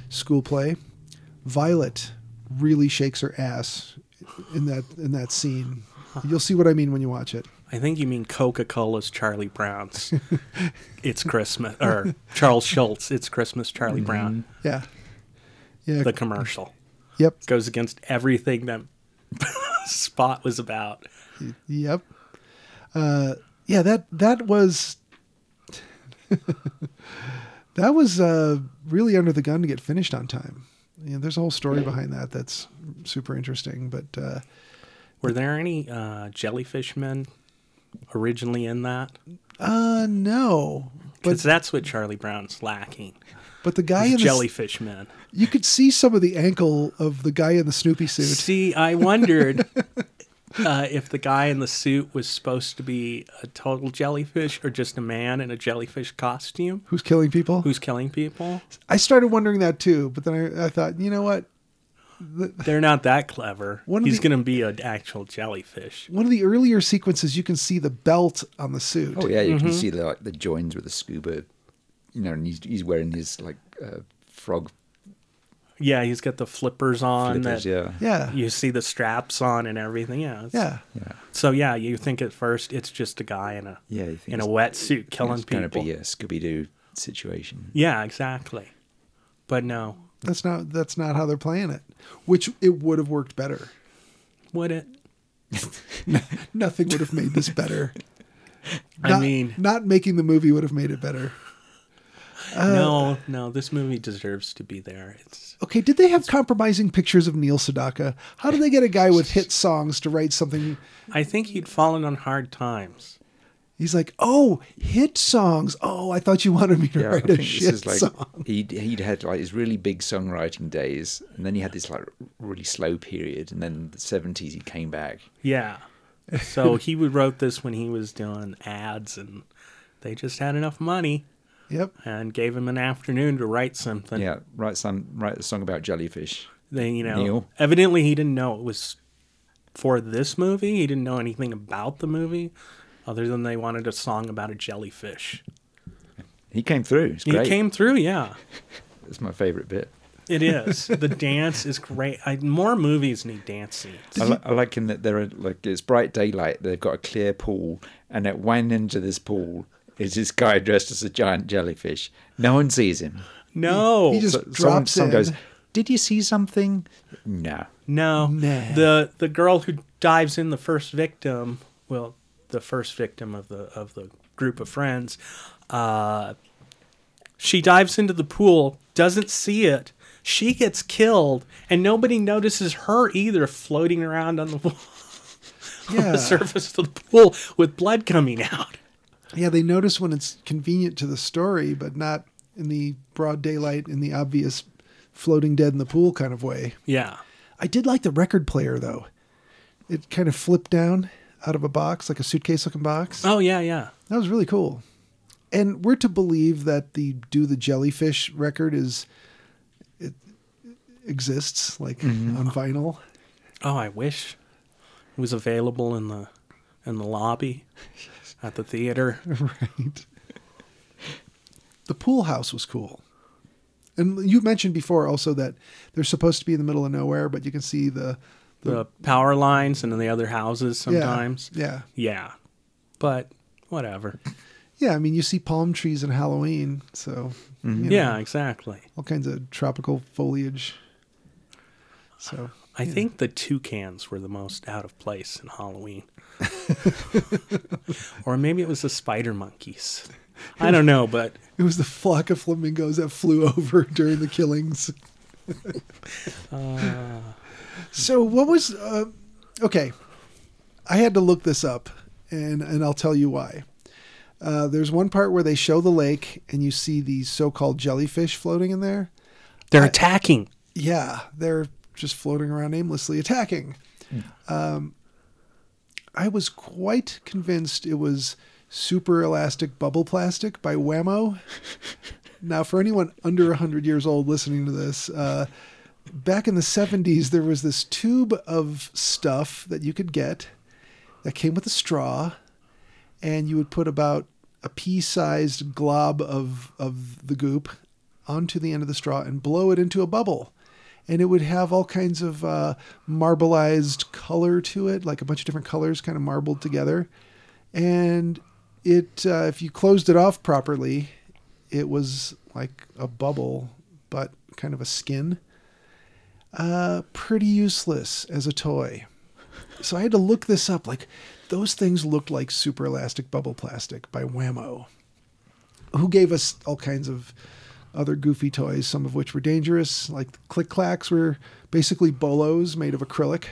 school play, Violet really shakes her ass in that in that scene. You'll see what I mean when you watch it.
I think you mean Coca Cola's Charlie Brown's. it's Christmas, or Charles Schultz, it's Christmas, Charlie Brown.
Yeah, yeah,
The commercial
yep,
goes against everything that Spot was about.
Yep. Uh, yeah that that was that was uh, really under the gun to get finished on time. You know, there's a whole story behind that that's super interesting. But uh,
Were there any uh, jellyfish men originally in that?
uh, no,
Because
but
that's what Charlie Brown's lacking.
but the guy
is
in the
jellyfish men.
you could see some of the ankle of the guy in the Snoopy suit.
See, I wondered uh, if the guy in the suit was supposed to be a total jellyfish or just a man in a jellyfish costume
Who's killing people?
who's killing people.
I started wondering that too, but then I, I thought, you know what?
They're not that clever.
One of
He's
the-
going to be an actual jellyfish.
One of the earlier sequences, you can see the belt on the suit.
oh yeah, you
Mm-hmm.
can see the like the joins with the scuba, you know, and he's he's wearing his like uh, frog
Yeah, he's got the flippers on
flippers.
that
Yeah,
yeah,
you see the straps on and everything. Yeah. it's-
yeah.
yeah,
So yeah, you think at first it's just a guy in a
yeah. You think
in a
it's-
wetsuit killing
it's gonna
people.
be a Scooby Doo situation.
Yeah, exactly. But no,
That's not that's not how they're playing it. Which it would have worked better.
would it?
Nothing would have made this better.
I
Not-
mean,
not making the movie would have made it better. Uh,
no, no. This movie deserves to be there. It's
Okay, did they have compromising pictures of Neil Sedaka? How do they get a guy with hit songs to write something?
I think he'd fallen on hard times.
He's like, oh, hit songs. Oh, I thought you wanted me to
Yeah, I
write
think
a
this
shit
is like
song.
he'd he'd had like his really big songwriting days, and then he had this like really slow period, and then the seventies he came back.
Yeah. So he would wrote this when he was doing ads and they just had enough money
Yep.
and gave him an afternoon to write something.
Yeah, write some write a song about jellyfish.
They, you know,
Neil.
evidently he didn't know it was for this movie. He didn't know anything about the movie other than they wanted a song about a jellyfish.
He came through. It's
He
great.
came through, yeah.
It's my favorite bit.
It is. the dance is great. I, more movies need dance scenes.
I, li- I like in that they're in, like it's bright daylight. They've got a clear pool, and at one end of this pool is this guy dressed as a giant jellyfish. No one sees him.
No.
He just
So- someone,
drops
someone
in.
goes, "Did you see something?" No.
No.
Nah.
The the girl who dives in the first victim, well, the first victim of the of the group of friends, uh, she dives into the pool, doesn't see it. She gets killed, and nobody notices her either, floating around on the, wa- on
Yeah.
the surface of the pool with blood coming out.
Yeah, they notice when it's convenient to the story, but not in the broad daylight, in the obvious floating dead in the pool kind of way.
Yeah.
I did like the record player, though. It kind of flipped down out of a box, like a suitcase looking box.
Oh yeah, yeah.
That was really cool. And we're to believe that the Do the Jellyfish record is. It exists, like
Mm-hmm.
on vinyl.
Oh, I wish it was available in the in the lobby at the theater.
right. The pool house was cool. And you mentioned before also that they're supposed to be in the middle of nowhere, but you can see the,
the power lines and then the other houses
yeah,
sometimes.
Yeah.
Yeah. But whatever.
Yeah, I mean you see palm trees in Halloween, so you know,
Yeah, exactly.
all kinds of tropical foliage. So
I think the toucans were the most out of place in Halloween. or maybe it was the spider monkeys. I don't know, but
it was the flock of flamingos that flew over during the killings. so what was uh, okay? I had to look this up, and and I'll tell you why. Uh, there's one part where they show the lake, and you see these so-called jellyfish floating in there.
they're attacking.
Yeah, they're just floating around aimlessly attacking. Um, I was quite convinced it was super elastic bubble plastic by Whammo. now, for anyone under 100 years old listening to this, uh, back in the 70s, there was this tube of stuff that you could get that came with a straw, and you would put about a pea sized glob of, of the goop onto the end of the straw and blow it into a bubble. And it would have all kinds of uh, marbleized color to it, like a bunch of different colors kind of marbled together. And it, uh, if you closed it off properly, it was like a bubble, but kind of a skin. Uh, pretty useless as a toy. So I had to look this up. Like those things looked like super elastic bubble plastic by Whammo, who gave us all kinds of other goofy toys, some of which were dangerous. Like the click clacks were basically bolos made of acrylic.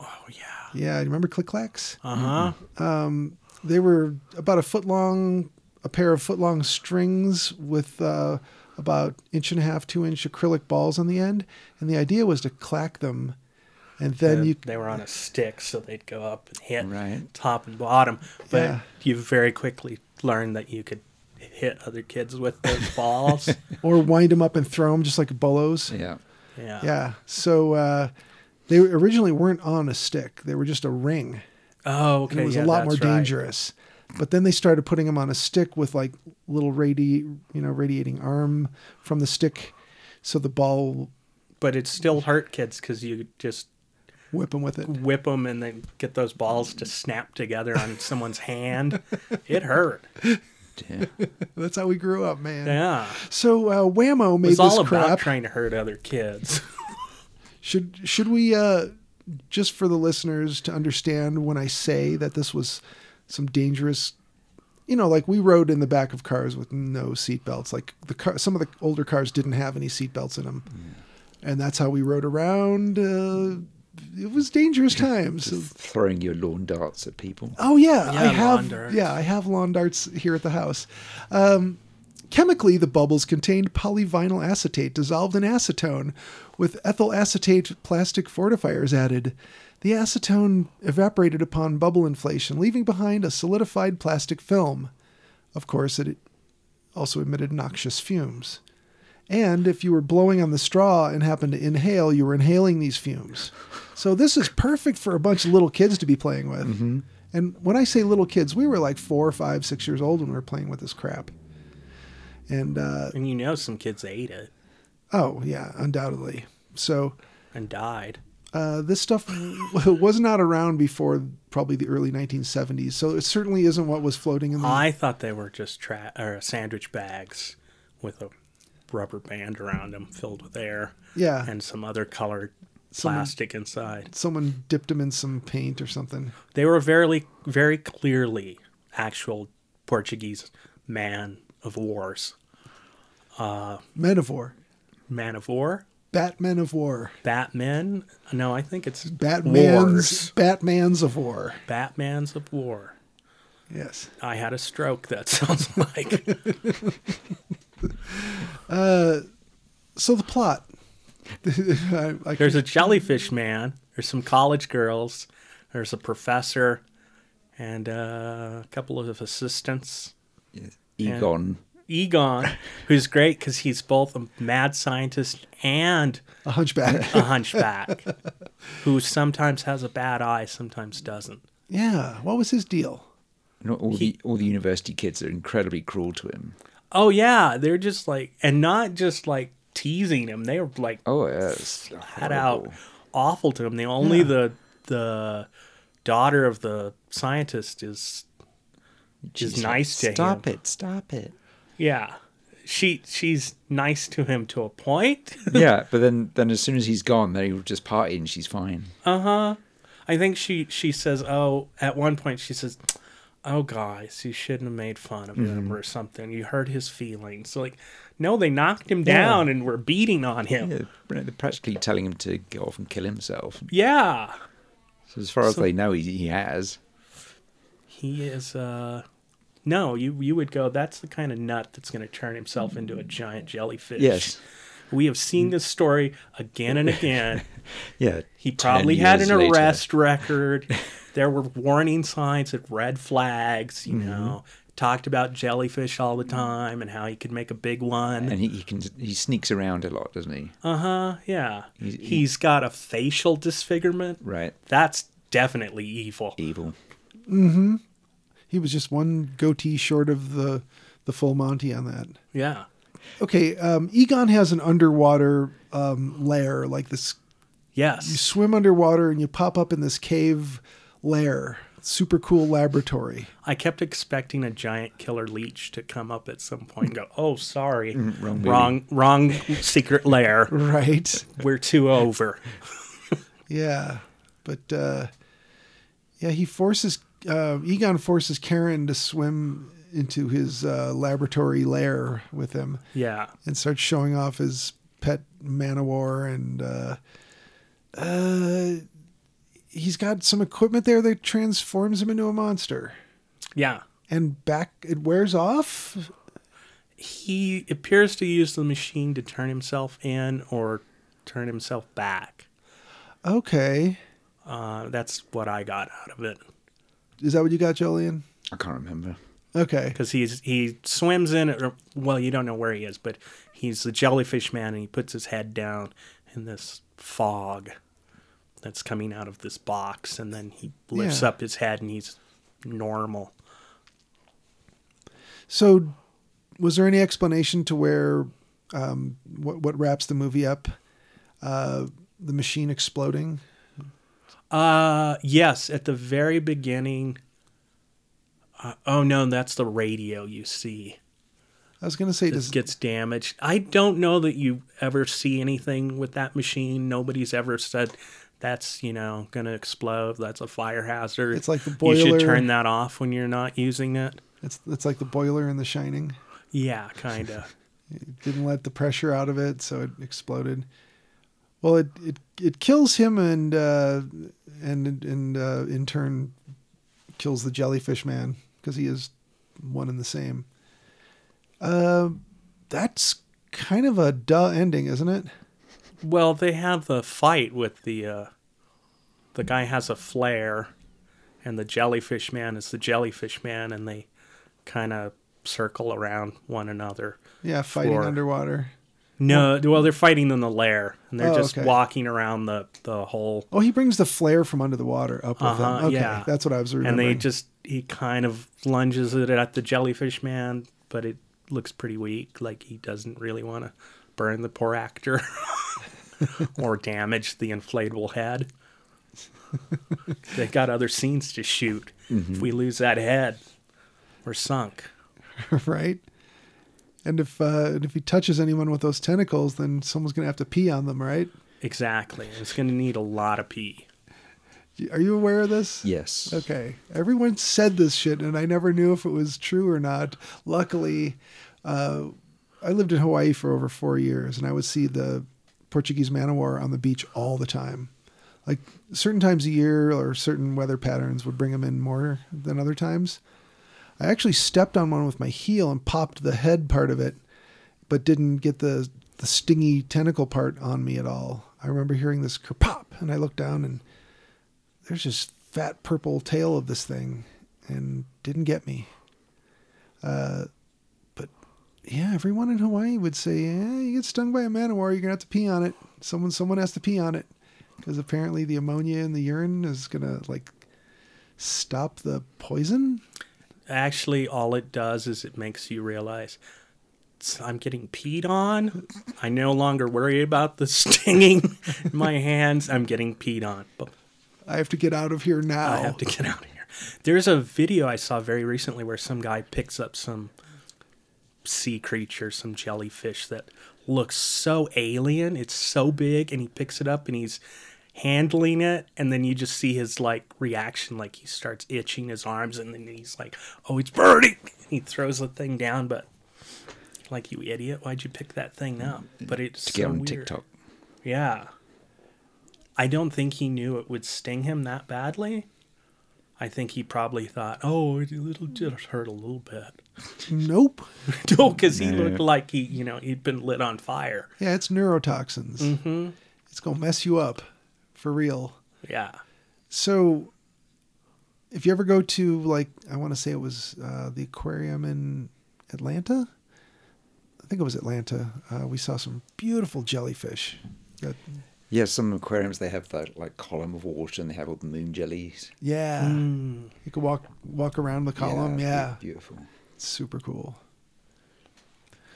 Oh yeah.
Yeah, Mm-hmm. you remember click clacks?
Uh-huh.
They were about a foot long, a pair of foot long strings with uh, about inch and a half, two inch acrylic balls on the end, and the idea was to clack them, and then
And
you
they were on a stick so they'd go up and hit
Right.
top and bottom. But
Yeah.
you very quickly learned that you could hit other kids with those balls.
or wind them up and throw them just like bolos.
Yeah.
yeah.
Yeah. So uh, they originally weren't on a stick; they were just a ring.
Oh, okay.
And it was
yeah,
a lot more
that's right.
dangerous. But then they started putting them on a stick with like little radi- you know, radiating arm from the stick, so the ball
But it still hurt kids because you just
whip them with it.
whip them and then get those balls to snap together on someone's hand. It hurt.
Yeah.
That's how we grew up, man.
Yeah.
So uh, Whammo
It
made
was
this
all about
crap.
trying to hurt other kids.
should should we uh, just for the listeners to understand when I say that this was some dangerous you know, like we rode in the back of cars with no seatbelts. Like the car, some of the older cars didn't have any seatbelts in them, and that's how we rode around. Uh, it was dangerous times.
Throwing your lawn darts at people.
Oh yeah, I
Yeah,
have.
lawn darts.
Yeah, I have lawn darts here at the house. Um, chemically, the bubbles contained polyvinyl acetate dissolved in acetone, with ethyl acetate plastic fortifiers added. The acetone evaporated upon bubble inflation, leaving behind a solidified plastic film. Of course, it also emitted noxious fumes. And if you were blowing on the straw and happened to inhale, you were inhaling these fumes. So this is perfect for a bunch of little kids to be playing with. And when I say little kids, we were like four, five, six years old when we were playing with this crap. And uh,
and you know, some kids ate it
oh yeah, undoubtedly. So
and died.
uh, this stuff was not around before probably the early 1970s. So it certainly isn't what was floating in the
I thought they were just tra- or sandwich bags with a rubber band around them filled with air
yeah.
and some other colored
Some-
plastic inside.
Someone dipped them in some paint or something.
They were very, very clearly actual Portuguese man of wars.
Menivore.
Man of war?
Batman of War.
Batman? No, I think it's
Batman's
Wars.
Batman's of War.
Batman's of War.
Yes.
I had a stroke. That sounds like
So the plot. I, I
there's a jellyfish man. There's some college girls. There's a professor, and uh, a couple of assistants.
Yes. Egon.
Egon, who's great because he's both a mad scientist and
a hunchback.
a hunchback, who sometimes has a bad eye, sometimes doesn't.
yeah. What was his deal?
Not all the all the university kids are incredibly cruel to him.
Oh yeah, they're just like, and not just like teasing him. They were like
Oh yes,
flat out awful to him. The only the the daughter of the scientist is is nice to
Stop
him.
it! Stop it!
Yeah, she she's nice to him to a point.
yeah, but then then as soon as he's gone, they will just party and she's fine.
I think she she says, "Oh, at one point she says, "Oh guys, you shouldn't have made fun of him or something. You hurt his feelings." So like, no, they knocked him down and were beating on him. Yeah.
Yeah, they're practically telling him to go off and kill himself. So as far as they know, he, he has.
He is uh no, you you would go that's the kind of nut that's going to turn himself into a giant jellyfish.
Yes.
We have seen this story again and again.
Yeah.
He
ten
probably had
years
an
later.
arrest record. there were warning signs and red flags,
Mm-hmm.
you know. Talked about jellyfish all the time and how he could make a big one.
and he, he can he sneaks around a lot, doesn't he?
Uh huh. Yeah.
He's- he-
He's got a facial disfigurement.
Right.
That's definitely evil.
Evil.
He was just one goatee short of the the full Monty on that.
Yeah.
Okay. Um, Egon has an underwater um, lair, like this. You
Yes.
swim underwater and you pop up in this cave lair. Super cool laboratory.
I kept expecting a giant killer leech to come up at some point and go, oh, sorry.
Mm, wrong movie."
wrong, wrong secret lair.
Right.
We're too over.
Yeah, but uh, yeah, he forces uh, Egon forces Karen to swim into his uh, laboratory lair with him
Yeah.
and starts showing off his pet man of war and uh, uh, he's got some equipment there that transforms him into a monster
Yeah.
and back it wears off.
he appears to use the machine to turn himself in or turn himself back.
Okay,
Uh, that's what I got out of it
is that what you got, Jolien?
I can't remember.
Okay,
because he's he swims in it. Or, well, you don't know where he is, but he's the jellyfish man, and he puts his head down in this fog that's coming out of this box, and then he lifts
Yeah.
up his head, and he's normal.
so was there any explanation to where um, what what wraps the movie up? Uh, the machine exploding.
Uh, yes, at the very beginning. Uh, oh no, that's the radio you see.
I was gonna say,
this
does,
gets damaged. I don't know that you ever see anything with that machine. Nobody's ever said that's you know going to explode. That's a fire hazard.
It's like the
You
boiler.
should turn that off when you're not using it.
it's it's like the boiler in The Shining.
Yeah, kind of.
It didn't let the pressure out of it, so it exploded. Well, it it, it kills him and uh, and and uh, in turn kills the jellyfish man because he is one and the same. Uh, that's kind of a duh ending, isn't it?
well, they have the fight with the uh, the guy has a flare, and the jellyfish man is the jellyfish man, and they kind of circle around one another.
Yeah, fighting
Floor.
underwater.
No, well, they're fighting in the lair, and they're
Oh,
just
okay.
walking around the the whole
Oh, he brings the flare from under the water up with him.
Uh-huh,
Okay,
yeah.
that's what I was remembering.
And they just he kind of lunges it at the jellyfish man, but it looks pretty weak. Like he doesn't really want to burn the poor actor or damage the inflatable head. They've got other scenes to shoot. If we lose that head, we're sunk.
right. And if uh, and if he touches anyone with those tentacles, then someone's gonna have to pee on them, right?
Exactly. It's going to need a lot of pee.
Are you aware of this?
Yes.
Okay. Everyone said this shit, and I never knew if it was true or not. Luckily, uh, I lived in Hawaii for over four years, and I would see the Portuguese man o' war on the beach all the time. Like certain times a year or certain weather patterns would bring them in more than other times. I actually stepped on one with my heel and popped the head part of it, but didn't get the the stingy tentacle part on me at all. I remember hearing this kerpop, and I looked down and there's just fat purple tail of this thing, and didn't get me. Uh, Yeah, everyone in Hawaii would say, "Yeah, you get stung by a manowar, you're gonna have to pee on it. Someone, someone has to pee on it, because apparently the ammonia in the urine is gonna like stop the poison."
Actually, all it does is it makes you realize "S- I'm getting peed on. I no longer worry about the stinging in my hands. I'm getting peed on. But
I have to get out of here now.
I have to get out of here. There's a video I saw very recently where some guy picks up some sea creature, some jellyfish that looks so alien. It's so big, and he picks it up and he's handling it, and then you just see his like reaction, like he starts itching his arms, and then he's like, "Oh, it's burning!" And he throws the thing down, but like you idiot, why'd you pick that thing up? But it's
Mm, to get
so
on
weird.
TikTok.
Yeah. I don't think he knew it would sting him that badly. I think he probably thought, oh, it- it'll just hurt a little bit.
Nope.
no, because he
Yeah.
looked like he, you know, he'd been lit on fire.
Yeah, it's neurotoxins. Mm-hmm. It's gonna mess you up, for real.
Yeah.
So, if you ever go to like, I want to say it was uh, the aquarium in Atlanta. I think it was Atlanta. Uh, we saw some beautiful jellyfish. That,
Yeah, some aquariums they have that like column of water and they have all the moon jellies.
yeah,
Mm.
you could walk walk around the column.
be-
Yeah,
beautiful.
It's super cool.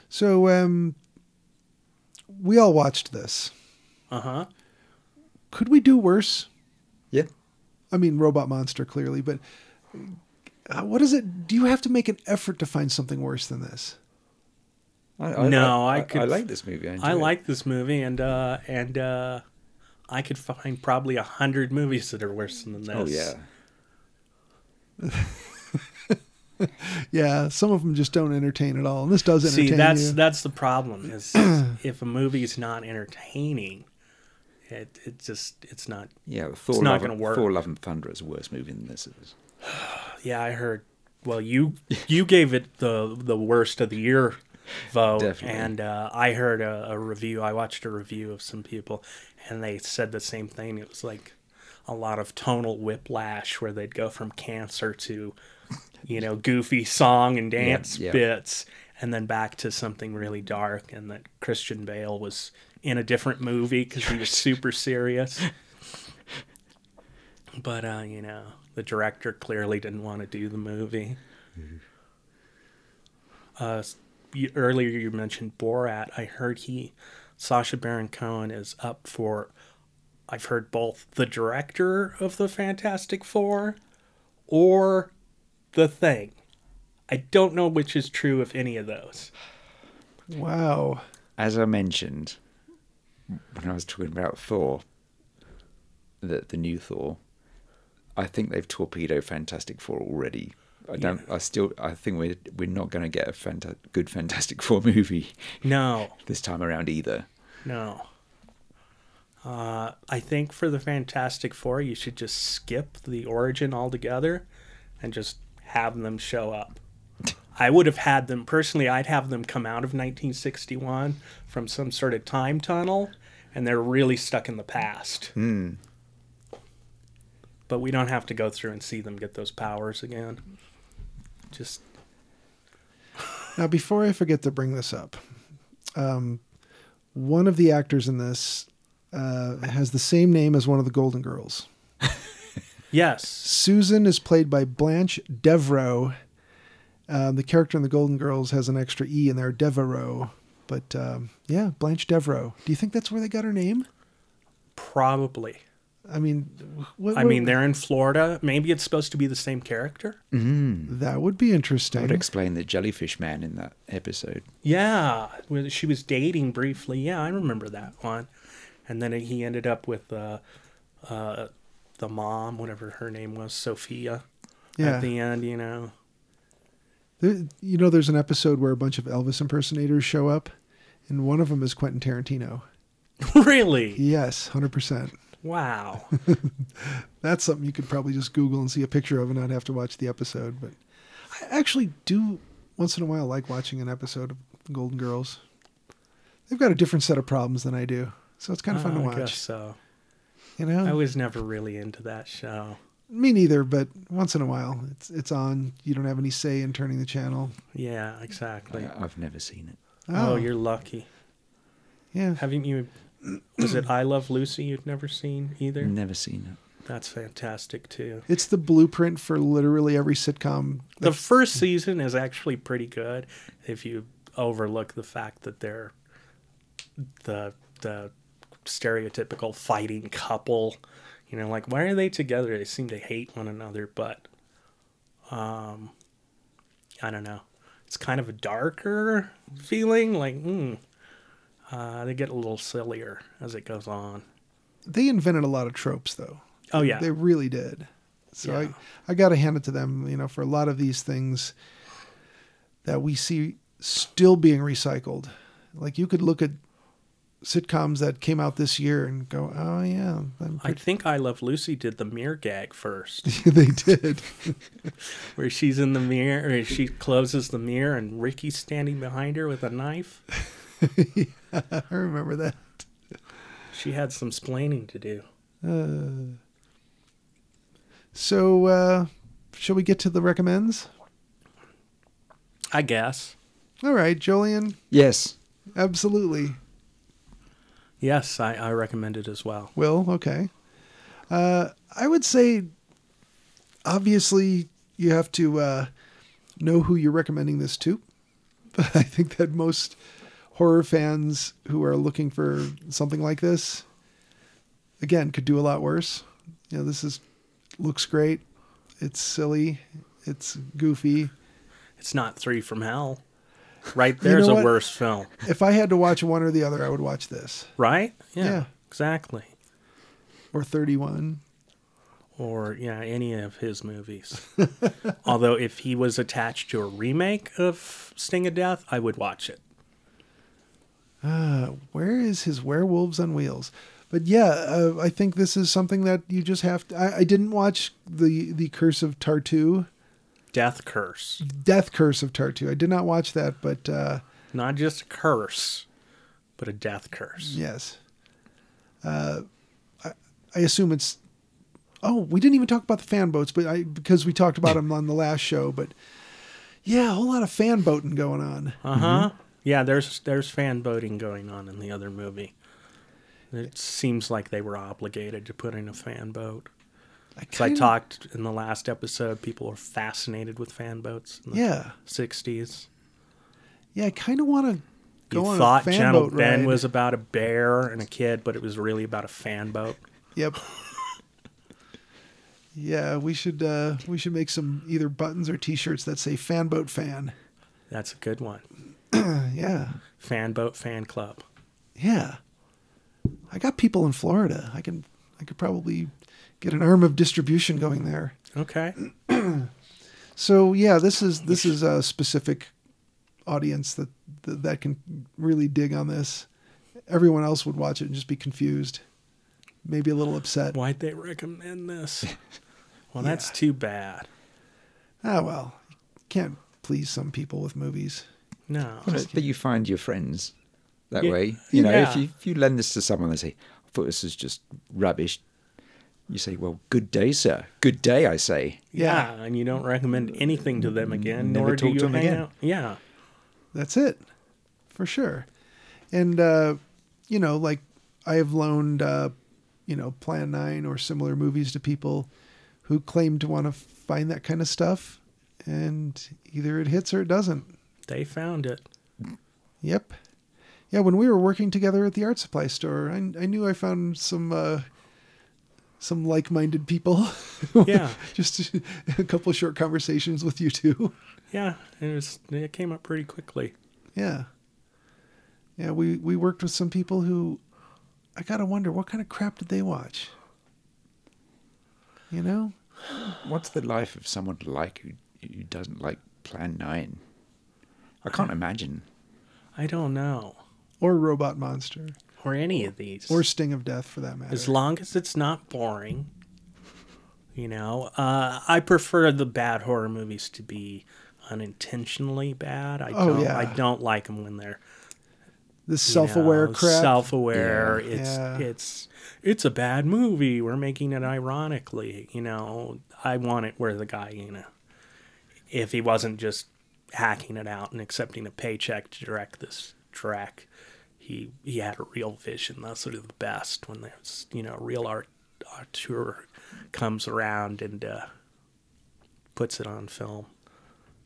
So, um, we all watched this.
Uh huh.
Could we do worse?
Yeah,
I mean, Robot Monster clearly, but uh, what is it? Do you have to make an effort to find something worse than this?
I,
No, I could-
I like this movie. I, enjoy
I
it.
like this movie, and uh, and uh, I could find probably a hundred movies that are worse than this.
Oh yeah,
Yeah, some of them just don't entertain at all, and this does entertain
See, that's
you.
that's the problem is if a movie is not entertaining, it it just it's not
yeah. but Thor
not
Love-
gonna work.
Thor Love and Thunder is a worse movie than this is.
Yeah, I heard. Well, you you gave it the the worst of the year vote,
Definitely.
and uh, I heard a, a review. I watched a review of some people, and they said the same thing. It was like a lot of tonal whiplash, where they'd go from cancer to, you know, goofy song and dance
yeah.
bits, and then back to something really dark. And that Christian Bale was in a different movie because he was super serious. But uh, you know, the director clearly didn't want to do the movie.
Mm-hmm.
Uh, s- you, earlier you mentioned Borat. I heard he, Sasha Baron Cohen, is up for. I've heard both the director of the Fantastic Four, or the Thing. I don't know which is true of any of those.
Wow.
As I mentioned when I was talking about Thor, the the new Thor, I think they've torpedoed Fantastic Four already. I don't. I still. I think we're we're not going to get a fanta- good Fantastic Four movie
No,
this time around either.
no. Uh, I think for the Fantastic Four, you should just skip the origin altogether and just have them show up. I would have had them personally, I'd have them come out of 1961 from some sort of time tunnel, and they're really stuck in the past. But we don't have to go through and see them get those powers again. Just,
Now, before I forget to bring this up, um, one of the actors in this uh, has the same name as one of the Golden Girls.
yes.
Susan is played by Blanche Devereaux. Um, the character in the Golden Girls has an extra E in there, Devereaux. But um, yeah, Blanche Devereaux. Do you think that's where they got her name?
Probably.
I mean, what,
I mean, they're in Florida. Maybe it's supposed to be the same character.
that would be
I
interesting.
would explain the jellyfish man in that episode.
Yeah, when she was dating briefly. Yeah, I remember that one. And then he ended up with uh, uh, the mom, whatever her name was, Sophia.
Yeah.
At the end, you know.
There- you know, there's an episode where a bunch of Elvis impersonators show up, and one of them is Quentin Tarantino.
really?
Yes, 100%.
Wow.
That's something you could probably just Google and see a picture of and not have to watch the episode. But I actually do once in a while like watching an episode of Golden Girls. They've got a different set of problems than I do. So it's kind of fun to
Ah, Oh, I
watch.
guess so.
You know?
I was never really into that show.
Me neither, but once in a while it's it's on. You don't have any say in turning the channel.
Yeah, exactly.
I- I've never seen it.
oh, you're lucky.
yeah.
Haven't you? Was it I Love Lucy you've never seen either?
Never seen it.
That's fantastic too.
It's the blueprint for literally every sitcom.
The first season is actually pretty good if you overlook the fact that they're the the stereotypical fighting couple. You know, like why are they together? They seem to hate one another, but um I don't know. It's kind of a darker feeling, like hmm. Uh, they get a little sillier as it goes on.
They invented a lot of tropes, though.
Oh yeah,
They really did. So
Yeah.
I, I got to hand it to them, you know, for a lot of these things that we see still being recycled. Like you could look at sitcoms that came out this year and go, oh, yeah, I'm
I
pretty...
think I Love Lucy did the mirror gag first.
they did.
where she's in the mirror or she closes the mirror and Ricky's standing behind her with a knife.
I remember that.
She had some splaining to do.
Uh, so, uh, shall we get to the recommends?
I guess.
All right, Jolien,
Yes.
absolutely.
Yes, I, I recommend it as well.
Will, okay. Uh, I would say, obviously, you have to uh, know who you're recommending this to. But I think that most horror fans who are looking for something like this, again, could do a lot worse. You know, this is looks great. It's silly. It's goofy.
It's not Three from Hell. Right there's
know
a
what?
worse film,
If I had to watch one or the other, I would watch this
right?
Yeah.
Exactly.
or 31.
Or yeah, any of his movies. Although if he was attached to a remake of Sting of Death, I would watch it.
Uh, where is his werewolves on wheels? But yeah, uh, I think this is something that you just have to. I, I didn't watch the the Curse of Tartu,
Death curse.
Death Curse of Tartu. I did not watch that, but uh,
Not just a curse, but a death curse.
yes, uh, I, I assume it's. Oh, we didn't even talk about the fan boats, but I because we talked about them on the last show. But yeah, a whole lot of fan boating going on.
Uh huh. Yeah, there's there's fan voting going on in the other movie. It seems like they were obligated to put in a fan boat.
I,
As I
kinda-
talked in the last episode, people are fascinated with fan boats in the
Yeah,
60s.
yeah, I kind of want to go
You
on
thought
a fan
Gentle
boat
Ben
ride.
was about a bear and a kid, but it was really about a fan boat.
Yep. yeah, we should uh we should make some either buttons or t-shirts that say fanboat fan.
That's a good one.
Uh, yeah.
Fan boat fan club.
Yeah. I got people in Florida. I can I could probably get an arm of distribution going there.
Okay.
So, yeah, this is this is a specific audience that that, that can really dig on this. Everyone else would watch it and just be confused. Maybe a little upset.
Why'd they recommend this? Well, that's too bad.
Ah, well. Can't please some people with movies.
No.
Well, but you find your friends that
Yeah.
way. You know, if
Yeah.
you if you lend this to someone, they say, "I thought this is just rubbish." You say, "Well, good day, sir. Good day," I say.
Yeah.
Yeah.
and you don't recommend anything to them again,
Never
nor do
talk
you
to 'em
hang
again.
out. Yeah.
that's it for sure and uh you know like i have loaned uh you know plan 9 or similar movies to people who claim to want to find that kind of stuff and either it hits or it doesn't
They found it.
yep yeah when we were working together at the art supply store i, I knew i found some uh some like-minded people
Yeah.
just a couple short conversations with you two
Yeah, it was. It came up pretty quickly.
Yeah. Yeah, we we worked with some people who I got to wonder what kind of crap did they watch? You know?
What's the life of someone like who who doesn't like Plan Nine? I can't imagine.
I don't know.
Or Robot Monster.
or any of these.
or Sting of Death for that matter.
as long as it's not boring. You know, uh, I prefer the bad horror movies to be unintentionally bad. I
Oh,
don't.
yeah.
I don't like them when they're
this self-aware crap.
self-aware. It's
Yeah.
it's it's a bad movie. We're making it ironically. You know, I want it where the guy, you know, if he wasn't just hacking it out and accepting a paycheck to direct this track, he he had a real vision. That's sort of the best when there's you know a real art auteur comes around and uh, puts it on film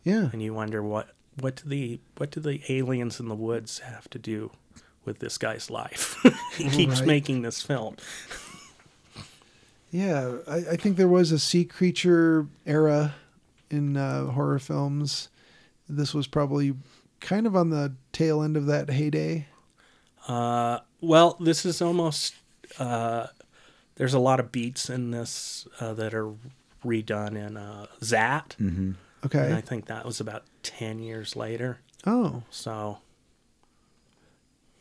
yeah.
and you wonder what what do the what do the aliens in the woods have to do with this guy's life? he keeps
Right.
making this film.
Yeah, I, I think there was a sea creature era in uh, horror films. This was probably kind of on the tail end of that heyday.
Uh, well, this is almost uh, there's a lot of beats in this uh, that are redone in uh, Zat, and I
Mm-hmm. Okay.
think that was about ten years later.
Oh,
So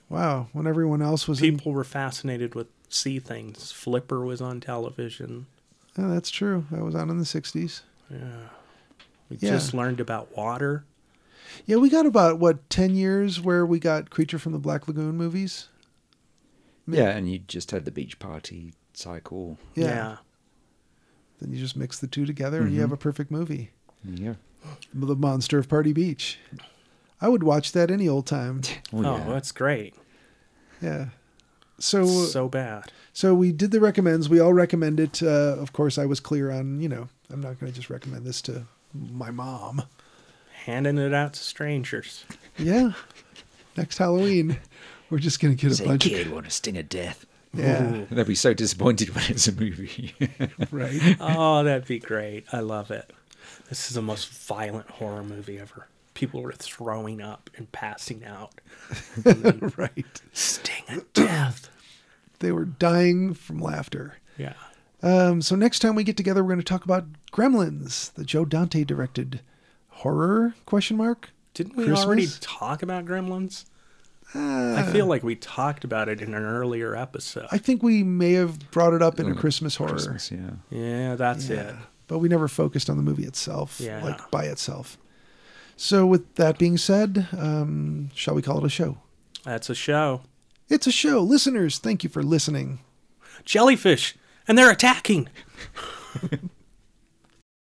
wow. When everyone else was in.
people were fascinated with sea things. Flipper was on television.
Oh, that's true. That was on in the 60s.
We
Yeah.
just learned about water.
Yeah, we got about, what, 10 years where we got Creature from the Black Lagoon movies?
Yeah, and you just had the beach party cycle.
Yeah.
yeah.
Then you just mix the two together and you have a perfect movie.
Yeah.
The Monster of Party Beach. I would watch that any old time.
Oh,
oh
yeah.
that's great.
Yeah. So, uh,
so bad.
So we did the recommends. We all recommend it. Uh, of course, I was clear on, you know, I'm not going to just recommend this to my mom.
handing it out to strangers.
Yeah. Next Halloween, we're just going to get a
Say,
bunch
kid,
of.
want a sting of death?
Yeah.
They'll be so disappointed when it's a movie.
Right.
Oh, that'd be great. I love it. This is the most violent horror movie ever. People were throwing up and passing out. And then
Right.
sting of death.
They were dying from laughter.
Yeah.
Um, so next time we get together, we're going to talk about Gremlins, the Joe Dante directed horror question mark.
Didn't we already
Christmas?
talk about gremlins?
Uh,
I feel like we talked about it in an earlier episode.
I think we may have brought it up in a
Oh,
Christmas horror.
Christmas, yeah.
yeah, that's it.
But we never focused on the movie itself,
Yeah.
like by itself. So, with that being said, um, shall we call it a show?
That's a show.
It's a show. Listeners, thank you for listening.
Jellyfish, and they're attacking.